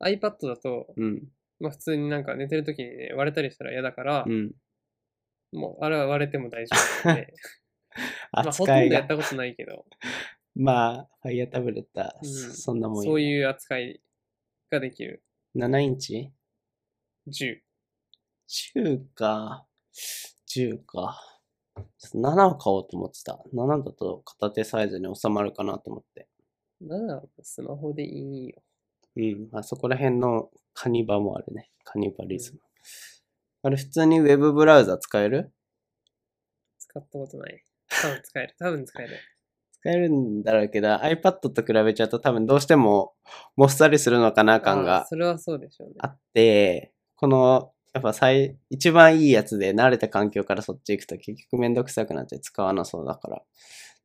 iPad だと、
うん、
まあ、普通になんか寝てる時にね、割れたりしたら嫌だから
う、ん。
もうあれは割れても大丈夫なんで、まあ、ほと
扱
ん
い
どや
が
っ。たことないけど、
まあ、Fire タブレットは
うん
そそんなもん
そう
う。
いう扱いができる
7インチ
10。
?10 か。10か。ちょっと7を買おうと思ってた。7だと片手サイズに収まるかなと思って。
なあ、スマホでいいよ。
うん。まあそこら辺のカニバもあるね。カニバリズム。あれ普通にウェブブラウザ使える
使ったことない。多分使える。多分使える。
使えるんだろうけど iPad と比べちゃうと多分どうしてももっさりするのかな感
あー
が
それはそうでしょうね。
あって、この、やっぱ最、一番いいやつで慣れた環境からそっち行くと結局めんどくさくなって使わなそうだから。っ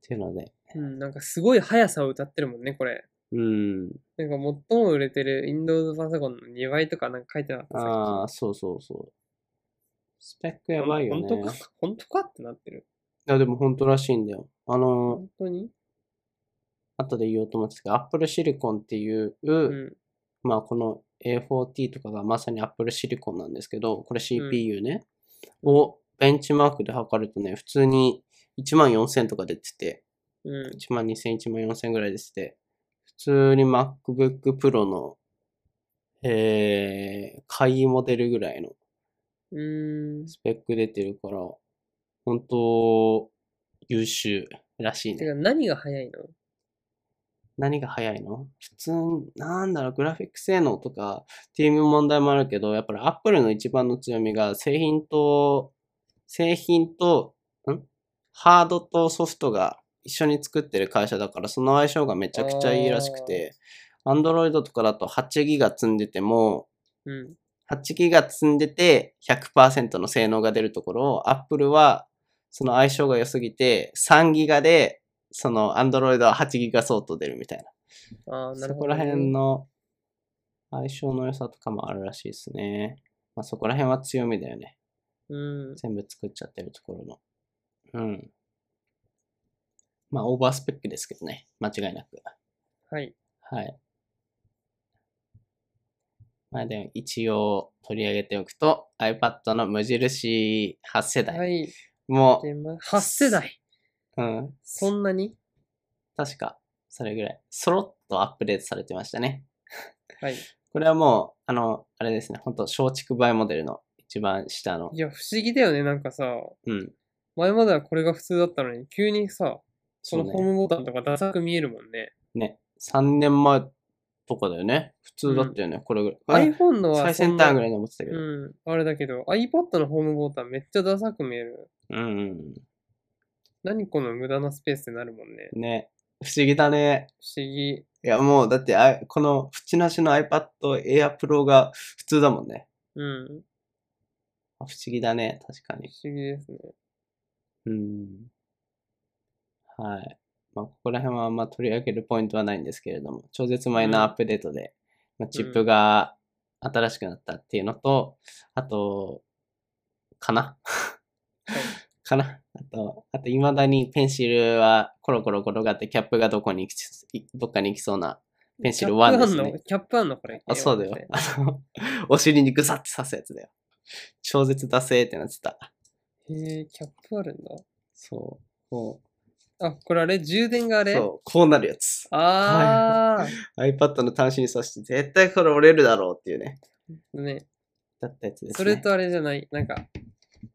ていうので、
うん、なんかすごい速さを歌ってるもんね、これ。
うん。
なんか最も売れてる Windows パソコンの2倍とかなんか書いてなかった
ああ、そうそうそう。スペックやばいよね。
本当か本当かってなってる。
いや、でも本当らしいんだよ。あの、
本当に
後で言おうと思ってたけど、Apple Silicon っていう、
うん。
まあこの A4T とかがまさに Apple Silicon なんですけど、これ CPU ね、をベンチマークで測るとね、普通に1万4000とか出てて、
うん。
1万2000、1万4000ぐらいですって、普通に MacBook Pro の、えー、買いモデルぐらいの
うーん。
スペック出てるから、本当優秀らしい
て
ね。
か何が速いの
何が早いの普通に、なんだろう、グラフィック性能とかっていう問題もあるけど、やっぱり Apple の一番の強みが製品と、製品と、んハードとソフトが一緒に作ってる会社だから、その相性がめちゃくちゃいいらしくて、Android とかだと8ギガ積んでても、
うん。
8ギガ積んでて100%の性能が出るところを Apple はその相性が良すぎて3ギガでその Android は8ギガ相当出るみたいな。
ああ、な
そ
る
こ
ほど
ら
ね。
辺の相性の良さとかもあるらしいですね。まあ、そこら辺は強みだよね。
うん。
全部作っちゃってるところの。うん。まあ、オーバースペックですけどね。間違いなく。
はい。
はい。まあでも一応取り上げておくと iPad の無印8世代
はい。
も、
で、ま、8世代。
うん、
そんなに
確かそれぐらい、そろっとアップデートされてましたね。
はい。
これはもう、あの、あれですね、ほんと松竹梅モデルの一番下の
い、や、不思議だよね。なんかさ、
うん、
前まではこれが普通だったのに、急にさ、そ
そう
のホー
ね、
ムボタンとかダサく見えるもんね。
ね、3年前とかだよね。普通だったよね、これぐらい。これ
iPhone のは
最
そ
先
んな
端ぐらいに思ってたけど。
うん、あれだけど、iPad のホームボタンめっちゃダサく見える。
うん、うん
何この無駄なスペースってなるもんね。
うん。ね、不思議だね。
不思議。
いや、もう、だって、あこの、縁なしの iPad Air Pro が普通だもんね。
うん、
あ不思議だね、確かに。
不思議ですね。
うん。はい。まあ、ここら辺はあんま取り上げるポイントはないんですけれども、超絶マイナーアップデートで、まあ、チップが新しくなったっていうのと、あと、かなかなあと、あと、未だにペンシルはコロコロ転がってキャップがどこに行き、いどっかに行きそうなペンシル1ですね
キャップあんのキャップあんのこれ。
あ、そうだよ
え。
あの、お尻にグサッて刺すやつだよ。超絶ダセーってなってた。
ー、キャップあるんだ。
そう。こ
あ、これあれ充電があ
う。
れ
そう。こうなるやつ。
あ
iPad の端子に挿して、絶対これ折れるだろうっていうね。
ー、ね。
だったやつですね。
それとあれじゃない。なんか、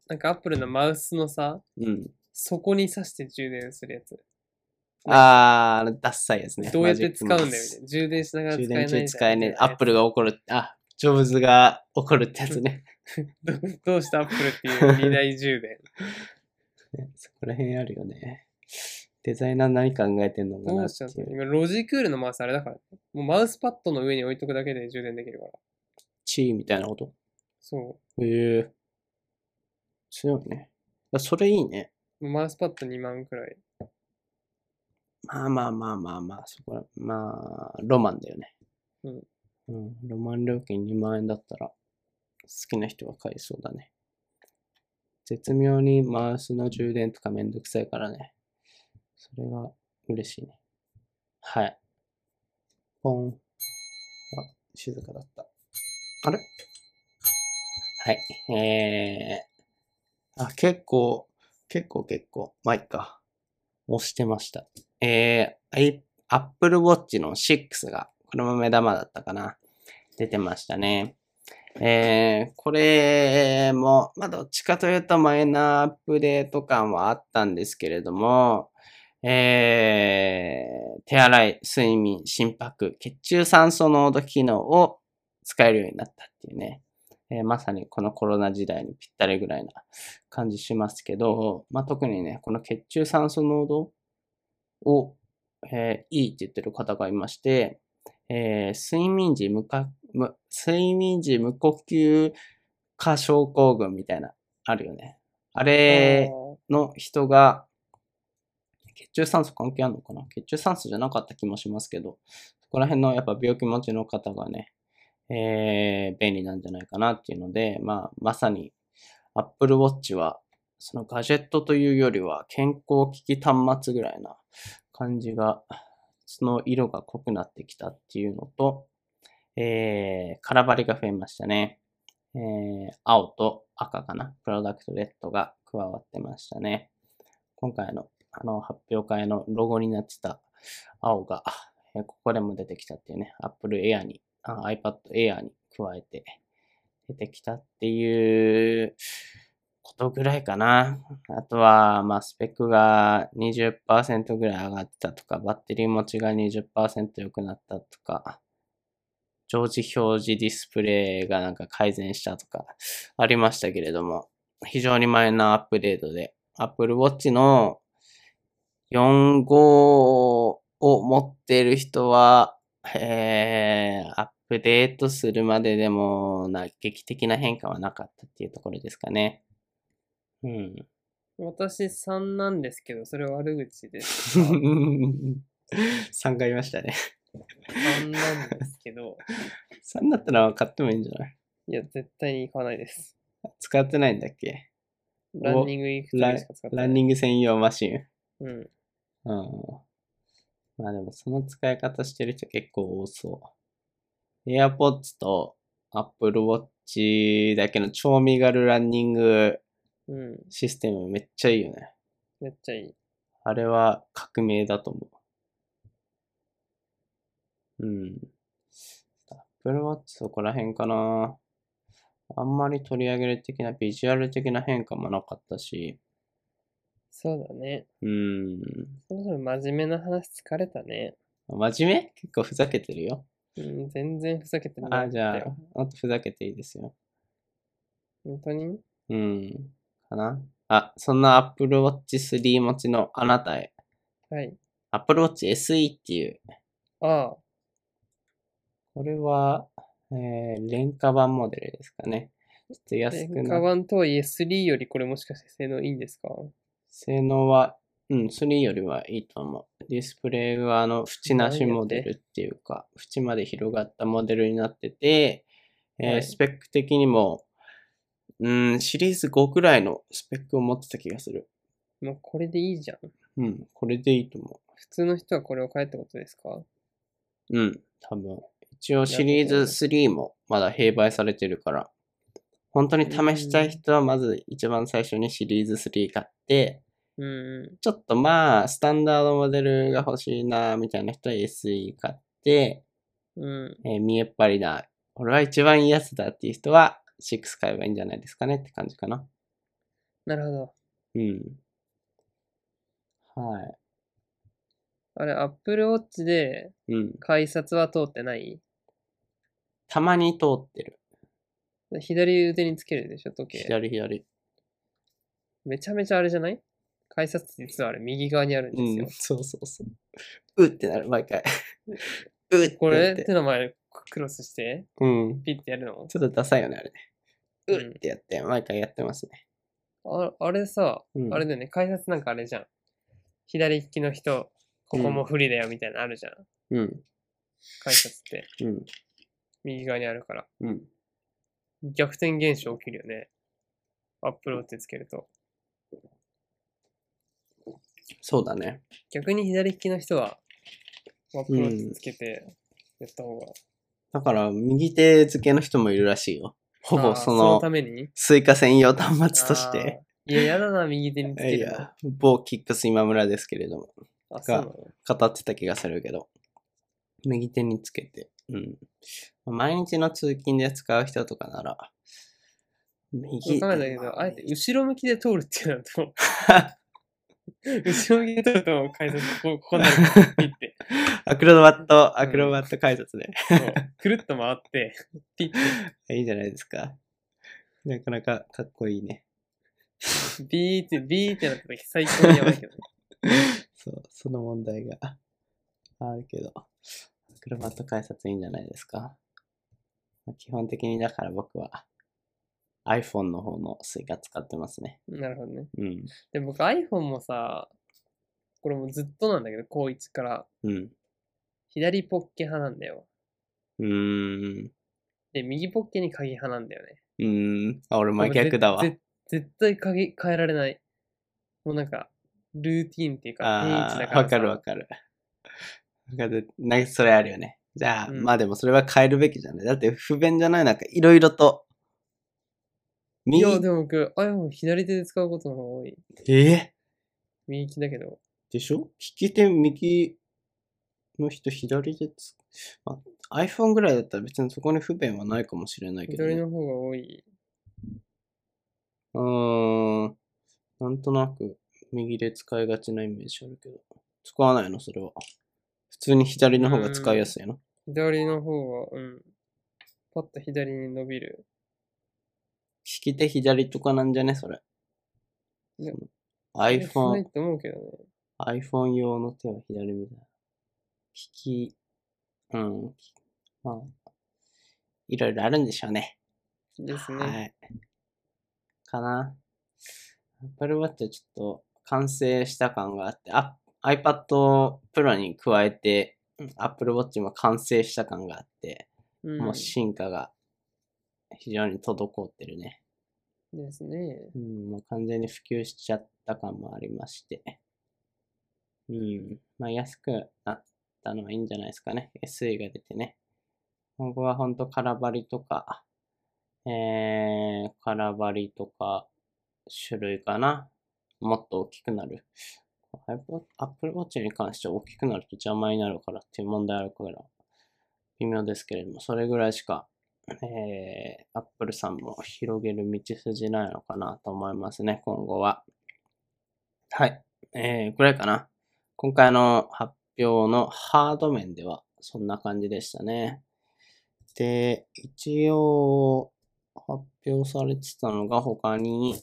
なんか Apple のマウスのさ、
うん。
そこに挿して充電するやつ。
あー、あのダッサいやつね。
どうやって使うんだよみ
マジックマウ
た
ス
いな。充電しながら使え
充
な
電
いじゃ
中
ん。
使えねえ。
みたいなやつ
Apple が怒る。あ、ジョブズが怒るってやつね。
どどうしたアップルっていう二大 充電。
ねそこら辺あるよね。デザイナー何考えてんのか
ど
な
う
っ
してたん
い
ですか
う。
今、ロジクールのマウスあれだから、もうマウスパッドの上に置いとくだけで充電できるから。
地位みたいなこと
そ
へえ強いね。あそれいいね。
う。マウスパッド2万くらい。
まあまあまあまあまあ、そこら、まあ、ロマンだよね。
うん。
うん、ロマン料金2万円だったら、好きな人は買いそうだね。絶妙にマウスの充電とかめんどくさいからね。それが嬉しいね。はい。ポン。あ、静かだった。あれはい。えー。あ、結構、結構結構。まあ、いっか。押してました。えー、I- Apple Watch の6が、これも目玉だったかな。出てましたね。えー、これも、まあ、どっちかというとマイナーアップデート感はあったんですけれども、えー、手洗い、睡眠、心拍、血中酸素濃度機能を使えるようになったっていうね。えーまさにこのコロナ時代にぴったりぐらいな感じしますけど、まあ、特にね、この血中酸素濃度を、えーいいって言ってる方がいまして、えー睡眠時無か無睡眠時無呼吸過症候群みたいな、あるよね。あれ
あ
の人が、血中酸素関係あるのかな血中酸素じゃなかった気もしますけど、そこら辺のやっぱ病気持ちの方がね、えー、便利なんじゃないかなっていうので、まあ、まさに Apple Watch は、そのガジェットというよりは健康機器端末ぐらいな感じが、その色が濃くなってきたっていうのと、えー、空張りが増えましたね。えー、青と赤かな。プロダクトレッドが加わってましたね。今回のあの発表会のロゴになってた青が、えーここでも出てきたっていうね、Apple Air に、あ iPad Air に加えて出てきたっていうことぐらいかな。あとは、まあ、スペックが20%ぐらい上がってたとか、バッテリー持ちが20%良くなったとか、常時表示ディスプレイがなんか改善したとかありましたけれども、非常にマイナーアップデートで、Apple Watch の45を持っている人は、えー、プデートするまででも、な、劇的な変化はなかったっていうところですかね。うん。
私3なんですけど、それは悪口です。
3回言いましたね。
3なんです けど、
3だったら買ってもいいんじゃない
いや、絶対に買わないです。
使ってないんだっけ
ランニング行く時しか使ってな
ラ
い。
ンニング専用マシン。
うん。
うん。まあでもその使い方してる人結構多そう。AirPods と Apple Watch だけの超身軽ランニング
うん。
システムめっちゃいいよね。
めっちゃいい。
あれは革命だと思う。うん。Apple Watch そこら辺かな。あんまり取り上げる的なビジュアル的な変化もなかったし。
そうだね。
うん。
そろそろ真面目な話疲れたね。
真面目結構ふざけてるよ。
うん、全然ふざけてない。
あ、じゃあ、あとふざけていいですよ。
本当に
うん。かな。あ、そんな Apple Watch 3持ちのあなたへ。
はい。
Apple Watch SE っていう。
ああ、
これは、えー、廉価版モデルですかね。ちょっと安く
電
な
化
っ
版とはいえ3よりこれもしかして性能いいんですか
性能は、うん、3よりはいいと思う。ディスプレイがあの、縁なしモデルっていうか、縁まで広がったモデルになってて、えー
はい
スペック的にも、うん、シリーズ5くらいのスペックを持ってた気がする。
もうこれでいいじゃん。
うん、これでいいと思
普通の人はこれを買えってことですか
う。うん、多分。一応シリーズ3もまだ併売されてるから、本当に試したい人はまず一番最初にシリーズ3買って、
うんう
ちょっとまあ、スタンダードモデルが欲しいな、みたいな人は SE 買って、
ん。う
えー見えっ張りだ。これは一番いいやつだっていう人は、6買えばいいんじゃないですかねって感じかな。
ん。なるほど。
うん。は
あれ、Apple Watch で
い。うん。
改札は通ってない
たまに通ってる。
左腕につけるでしょ、時計。
左左。
めちゃめちゃあれじゃない改札って実はあれ、右側にあるん
う
ですよ
ん。。そうそうそう。うってなる、毎回。 うってなって。
これ手の前クロスして、
うん。
ピッてやるの
ちょっとダサいよね、あれ
う
ね。
ん
うってやって、毎回やってますね。
ああれさ、
うん、
あれだよね、改札なんかあれじゃん。左利きの人、ここも不利だよみたいなのあるじゃん。
うん。
改札って、
うん。
右側にあるから。
うん。
逆転現象起きるよね。アップローチつけると。
そうだね。
逆に左利きの人は、アップローチつけて、やった方が。
だから、右手付けの人もいるらしいよ。ほ
あ
ぼ
ー
そ
その
の、
ために
スイカ専用端末として。。
あーいや、やだな、右手につけ
い
るの。
や、某キックス今村ですけれども、
あ、そうなの
語ってた気がするけど、右手につけて、うん。毎日の通勤で使う人とかなら、
そう
右
考えたけど、あえて後ろ向きで通るっていうのと、 後ろ向きで通ると、改札ここ、ここになるからピッて。
アクロバット、アクロバット改札ね。
そうくるっと回って、ピッて。
いいじゃないですか。なかなかかっこいいね。
ビーって、ビーってなった時最高にやばいけどね。
そう、その問題があるけど、アクロバット改札いいんじゃないですか。まあ基本的にだから僕は iPhone の方のスイカ使ってますね。
なるほどね。
うん。
で、僕 iPhone もさ、これもうずっとなんだけど、高1から
うん。
左ポッケ派なんだよ。
うーん。
で、右ポッケに鍵派なんだよね。
うーん。あ、俺真逆だわ。
ぜぜ絶対鍵変えられない。もうなんか、ルーティンっていうか、定位置
あ
だ
あ、
から
わかるわかる。わかる。なんかそれあるよね。じゃあ、
うん
まあでもそれは変えるべきじゃない。だって不便じゃないなんかいろいろと。
い
右
や、でも僕 iPhone 左手で使うことの方が多い。
ええ
右利きだけど。
でしょ利き手右の人左でつ、まあ、iPhone ぐらいだったら別にそこに不便はないかもしれないけど、
左
ね、
の方が多い。
うーんなんとなく右で使いがちなイメージあるけど使わないのそれは普通に左の方が使いやすいの
左の方が、うん。パッと左に伸びる。
利き手左とかなんじゃねそれ
ね
その
な
iPhone
いと思うけどね。
iPhone 用の手は左みたいな。利き、うん。まあ、いろいろあるんでしょうね。
ですね。
はい。かな。Apple Watch はちょっと完成した感があって、あ iPad Pro に加えて、Apple Watch も完成した感があって、
うん、
もう進化が非常に滞ってるね。
ですね。
うん、もう完全に普及しちゃった感もありまして。うん、まあ安くなったのはいいんじゃないですかね。SE が出てね。今後はほんと空張りとか、えー、空張りとか、種類かな。もっと大きくなる。iPod- Apple Watch に関しては大きくなると邪魔になるからっていう問題あるから、微妙ですけれども、それぐらいしか、えー、Apple さんも広げる道筋ないのかなと思いますね、今後は。はい。えー、ぐらいかな。今回の発表のハード面ではそんな感じでしたね。で、一応発表されてたのが他に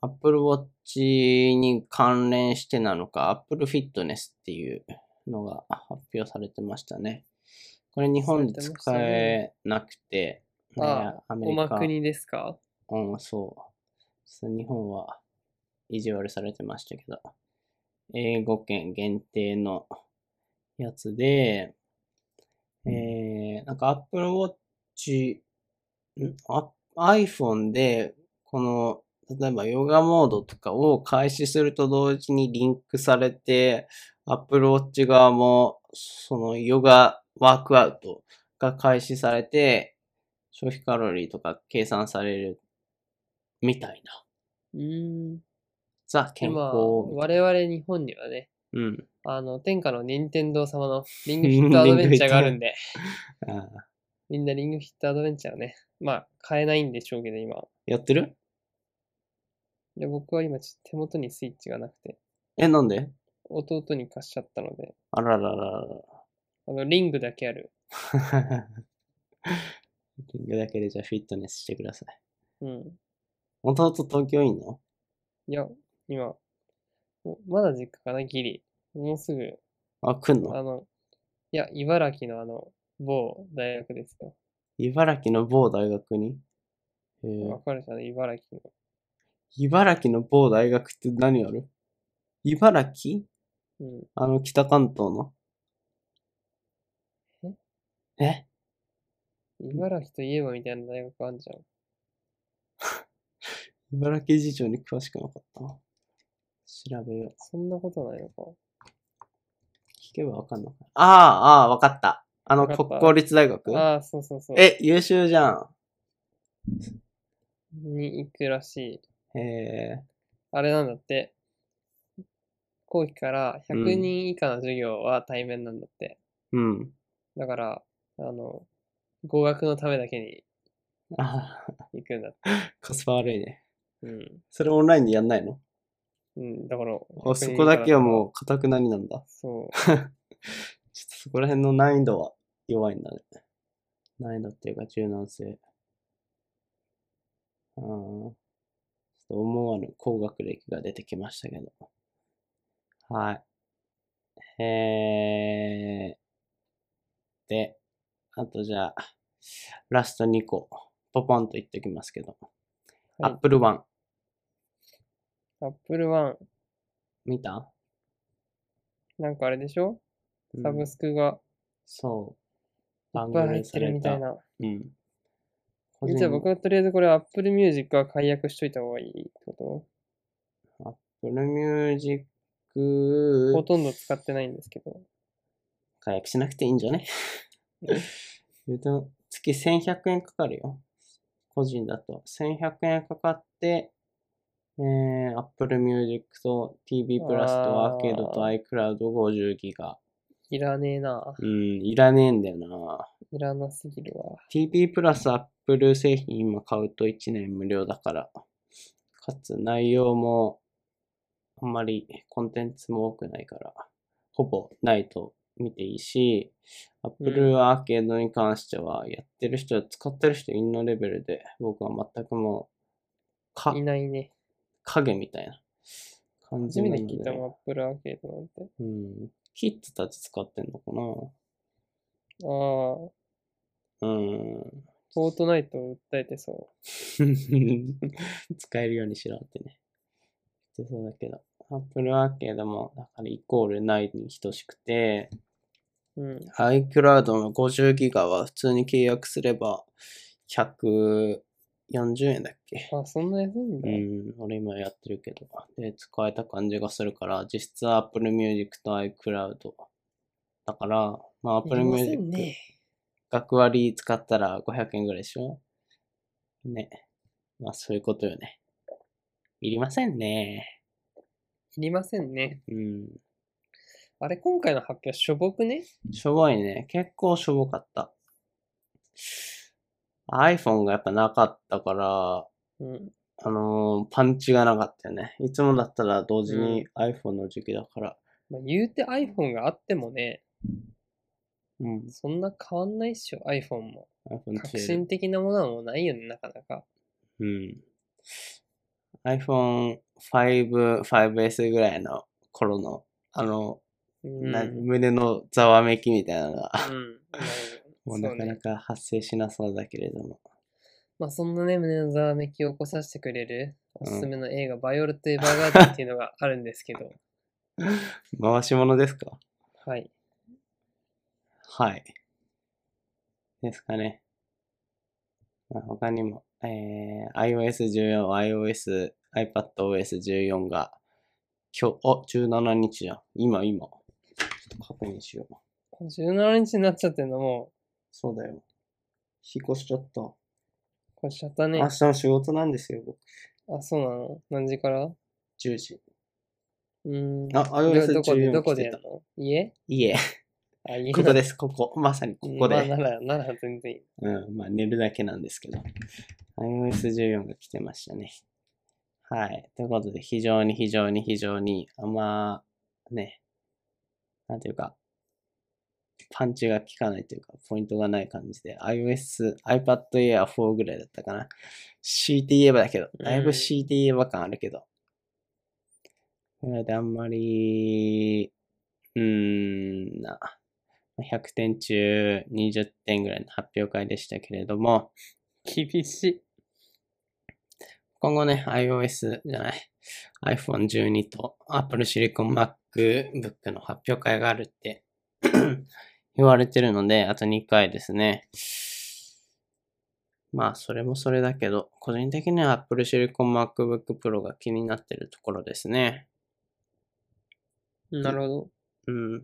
Apple Watch に関連してなのか Apple Fitness っていうのが発表されてましたね。これ日本で使えなくて、
されてましたね
ねアメ
お
リ
ま
カ
く。にですか
うん、そう。そう日本は意地悪されてましたけど、英語圏限定のやつで、えー、なんか Apple Watch、んあ iPhone で、この、例えばヨガモードとかを開始すると同時にリンクされて、Apple Watch 側も、そのヨガワークアウトが開始されて、消費カロリーとか計算されるみたいな。
うーん。
ザ健
今、
康。
我々日本にはね、
うん。
あの、天下の任天堂様のリングフィットアドベンチャーがあるんで、
あー
みんなリングフィットアドベンチャーをね、まあ、買えないんでしょうけど、今。
やってる
いや、僕は今、ちょっと手元にスイッチがなくて、
え、なんで
弟に貸しちゃったので、
あららら
あの、リングだけある。
らら。 リングだけでじゃあフィットネスしてください。
うん。
弟東京いんの
いや、今、おまだ実家かな、ギリ。もうすぐ、
あ、来んの
あの、いや、茨城のあの、某大学ですよ。
茨城の某大学にえー
わかるじゃん、茨城
茨城の某大学って何ある茨城
の。
あの北関東のえ
うん。茨城といえばみたいな大学あんじゃん。
茨城事情に詳しくなかったな。調べよう。
そんなことないのか。
聞けばわかんのかなああ、ああ、わかった。あの、
わかった
国公立大学
ああ、そうそうそう。
え、優秀じゃん。
に行くらしい。
へえ。
あれなんだって。後期から
うん
100人以下の授業は対面なんだって。
うん。
だから、あの、語学のためだけに
ああ、
行くんだって。
コスパ悪いね。
うん。
それオンラインでやんないの
うん、だから、
あそこだけはも
う。
う、かたくなになんだ。
そ
ちょっとそこら辺の難易度は弱いんだね。難易度っていうか柔軟性。うん。ちょっと思わぬ高学歴が出てきましたけど。はい。えー。で、あとじゃあ、ラスト2個、ポポンと言っておきますけど。
はい
Apple One、
う。Apple One、
見た
なんかあれでしょサ
う
ブ
ん
スクが
そう。
いっぱい入ってるみたいな。
うん。個
じゃあ僕はとりあえずこれ Apple Music は解約しといた方がいいってこ
プルミュージッ
と
ク
ほとんど使ってないんですけど。
解約しなくていいんじゃね
うん
言うと、月1100円かかるよ。個人だと。1100円かかって、えー、Apple Music と TV プラスとア
あー
ーケードと iCloud50 ギガ。
いらねえな。
うん、いらねえんだよな。
いらなすぎるわ。
TV プラス Apple 製品今買うと1年無料だから。かつ内容もあんまりコンテンツも多くないから、ほぼないと見ていいし、
う
Apple アーケードに関してはやってる人、使ってる人いんのレベルで僕は全くもう、か
い、ないね。
影みたいな感
初
じ
め
な
て
ので。
聞いたもん、Apple Arcade なんて。
うん。キッズたち使ってんのかな
ああ。
うん。
フォートナイトを訴えてそ
使えるようにしろってね。言ってそうだけど。アップルアーケードも、だからイコールないに等しくて、
う。うん。
iCloud の50ギガは普通に契約すれば140円だっけ
あ、そんな安いん
う
だ。
ん、俺今やってるけど。で、使えた感じがするから、実質 Apple Music と iCloud。だから、まあ Apple
いり
Music
ません、ね。
学割使ったら500円ぐらいでしょね。まあそういうことよね。いりませんね。
いりませんね。
うん。
あれ、今回の発表、しょぼくね
しょぼいね。結構しょぼかった。iPhone がやっぱなかったから、
うん。
あのーパンチがなかったよね。いつもだったら同時に iPhone の時期だから。
まあ、言うて iPhone があってもね、
うん。
そんな変わんないっしょ、iPhone も。
iPhone
革
12。
新的なものはもうないよね、なかなか。
うん。iPhone 5、5S ぐらいの頃の、あの、
うん。
な
うん
胸のざわめきみたいなのが、
なる
も
ほど
うな
そう
かな
ね。
か発生しなそうだけれども。
まあ、そんなね、胸のざわめきを起こさせてくれる、おすすめの映画、バイオレット・エヴァーガーデンっていうのがあるんですけど、
回し物ですか
はい。
はい。ですかね。まあ他にも、えー、iOS14、iOS、iPadOS14 が、今日、お、17日じゃん。今、今。ちょっと確認しよう。
17日になっちゃってるのも
そうだよ。引っ越しちゃった。
う、これしちゃったね
明。日の仕事なんですよ、僕。
あ、そうなの何時からう
10時。
ーん。
あ、
どどこで、
iOS14
どこ
来
で
て
や
た
る。の家
いえ、
あ、家
ここ
で。
です、ここ。まさにここ
まあ
で
な。ら、なら全然いい。
うん、まあ寝るだけなんですけど。iOS14 が来てましたね。はい。ということで、非常に非常に非常に、あんま、ね、なんていうか、パンチが効かないというか、ポイントがない感じで、iOS、iPad Air 4ぐらいだったかな。強いて言えばだけど、だいぶ強いて言えば感あるけど。これであんまり、うーん、な、100点中20点ぐらいの発表会でしたけれども、
厳しい。
今後ね、iOS じゃない、iPhone12 と Apple Silicon MacBook の発表会があるって 言われてるので、あと2回ですね。まあ、それもそれだけど、個人的には Apple Silicon MacBook Pro が気になってるところですね。
なるほど。
うん。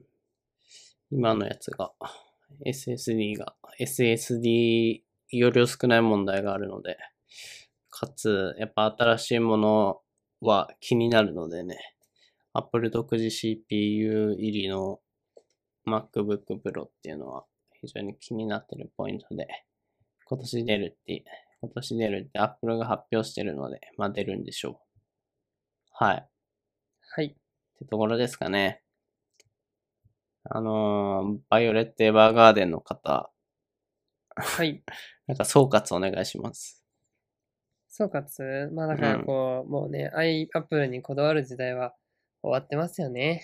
今のやつが、SSD が、SSD 容量少ない問題があるので、かつ、やっぱ新しいものは気になるのでね、Apple 独自 CPU 入りの MacBook Pro っていうのは非常に気になってるポイントで、今年出るって、今年出るって Apple が発表してるので、まあ出るんでしょう。はい。
はい。
ってところですかね。あのーバイオレット・エヴァーガーデンの方、
はい。
なんか総括お願いします。
総括まあだからこう、もうね、i、アップルにこだわる時代は終わってますよね。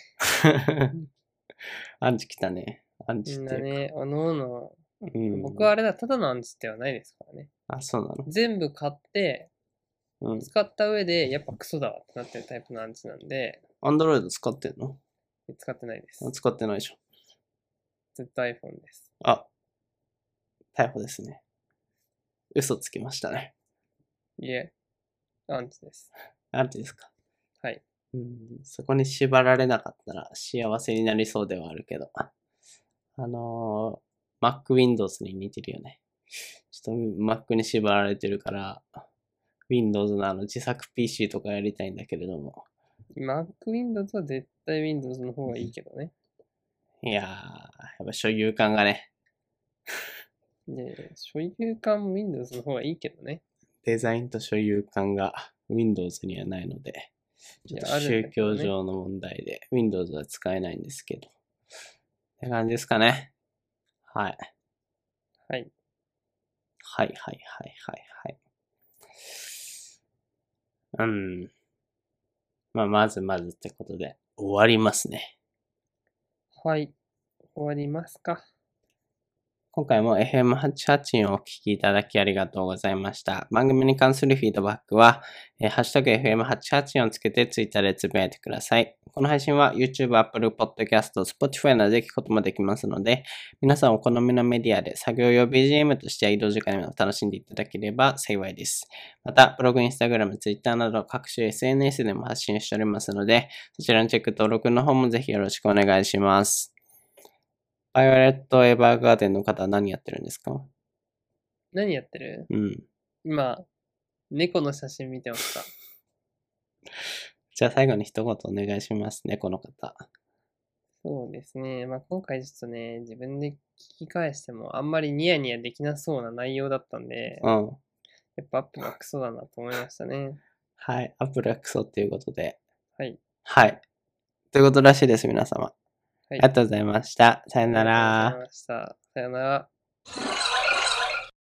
アンチ来たね。アンチ
み
っ
ん
て
な
いうか。
ね、おのおの。
うん、
僕はあれだ、ただのアンチではないですからね。
あ、そうな
全部買って、
の。うん。
使った上で、やっぱクソだわってなってるタイプのアンチなんで、
アンドロイド使ってんの
使ってないです
あ。使ってないでしょ。
ずっと iPhone です。
あ、逮捕ですね。嘘つきましたね。
いえ、アンチです。
アンチですか。
はい。
うん、そこに縛られなかったら幸せになりそうではあるけど。あのー、Mac Windows に似てるよね。ちょっと Mac に縛られてるから、Windows のあの自作 PC とかやりたいんだけれども。
Mac Windows は絶対 Windows の方がいいけどね。
いやー、やっぱ所有感がね、
いやいや、所有感も Windows の方がいいけどね。
デザインと所有感が Windows にはないので、ちょっと
いやあるん
宗
だけど
教
ね
上の問題で Windows は使えないんですけど。って感じですかね。はい。
はい。
はいはいはいはいはい。うん。まあ、まずまずってことで、終わりますね。
はい。終わりますか。
今回も FM884 をお聞きいただきありがとうございました。番組に関するフィードバックは、えーハッシュタグ FM884 をつけてツイッターでつぶやいてください。この配信は YouTube、Apple Podcast、Spotify などで聞くこともできますので、皆さんお好みのメディアで作業用 BGM として移動時間にも楽しんでいただければ幸いです。また、ブログ、インスタグラム、ツイッターなど各種 SNS でも発信しておりますので、そちらのチェック登録の方もぜひよろしくお願いします。バイオレット・エヴァーガーデンの方は何やってるんですか
何やってる
うん。
今、猫の写真見て ました。
じゃあ最後に一言お願いしますね、この方。
そうですね。まあ、今回ちょっとね、自分で聞き返しても、あんまりニヤニヤできなそうな内容だったんで、
うん。
やっぱアップがクソだなと思いましたね。
はい。アップルはクソっていうことで。
はい。
はい。ということらしいです、皆様。
はい
ありがとうございました。さよな
あ
ら
りがとうござい。ました。さよなら。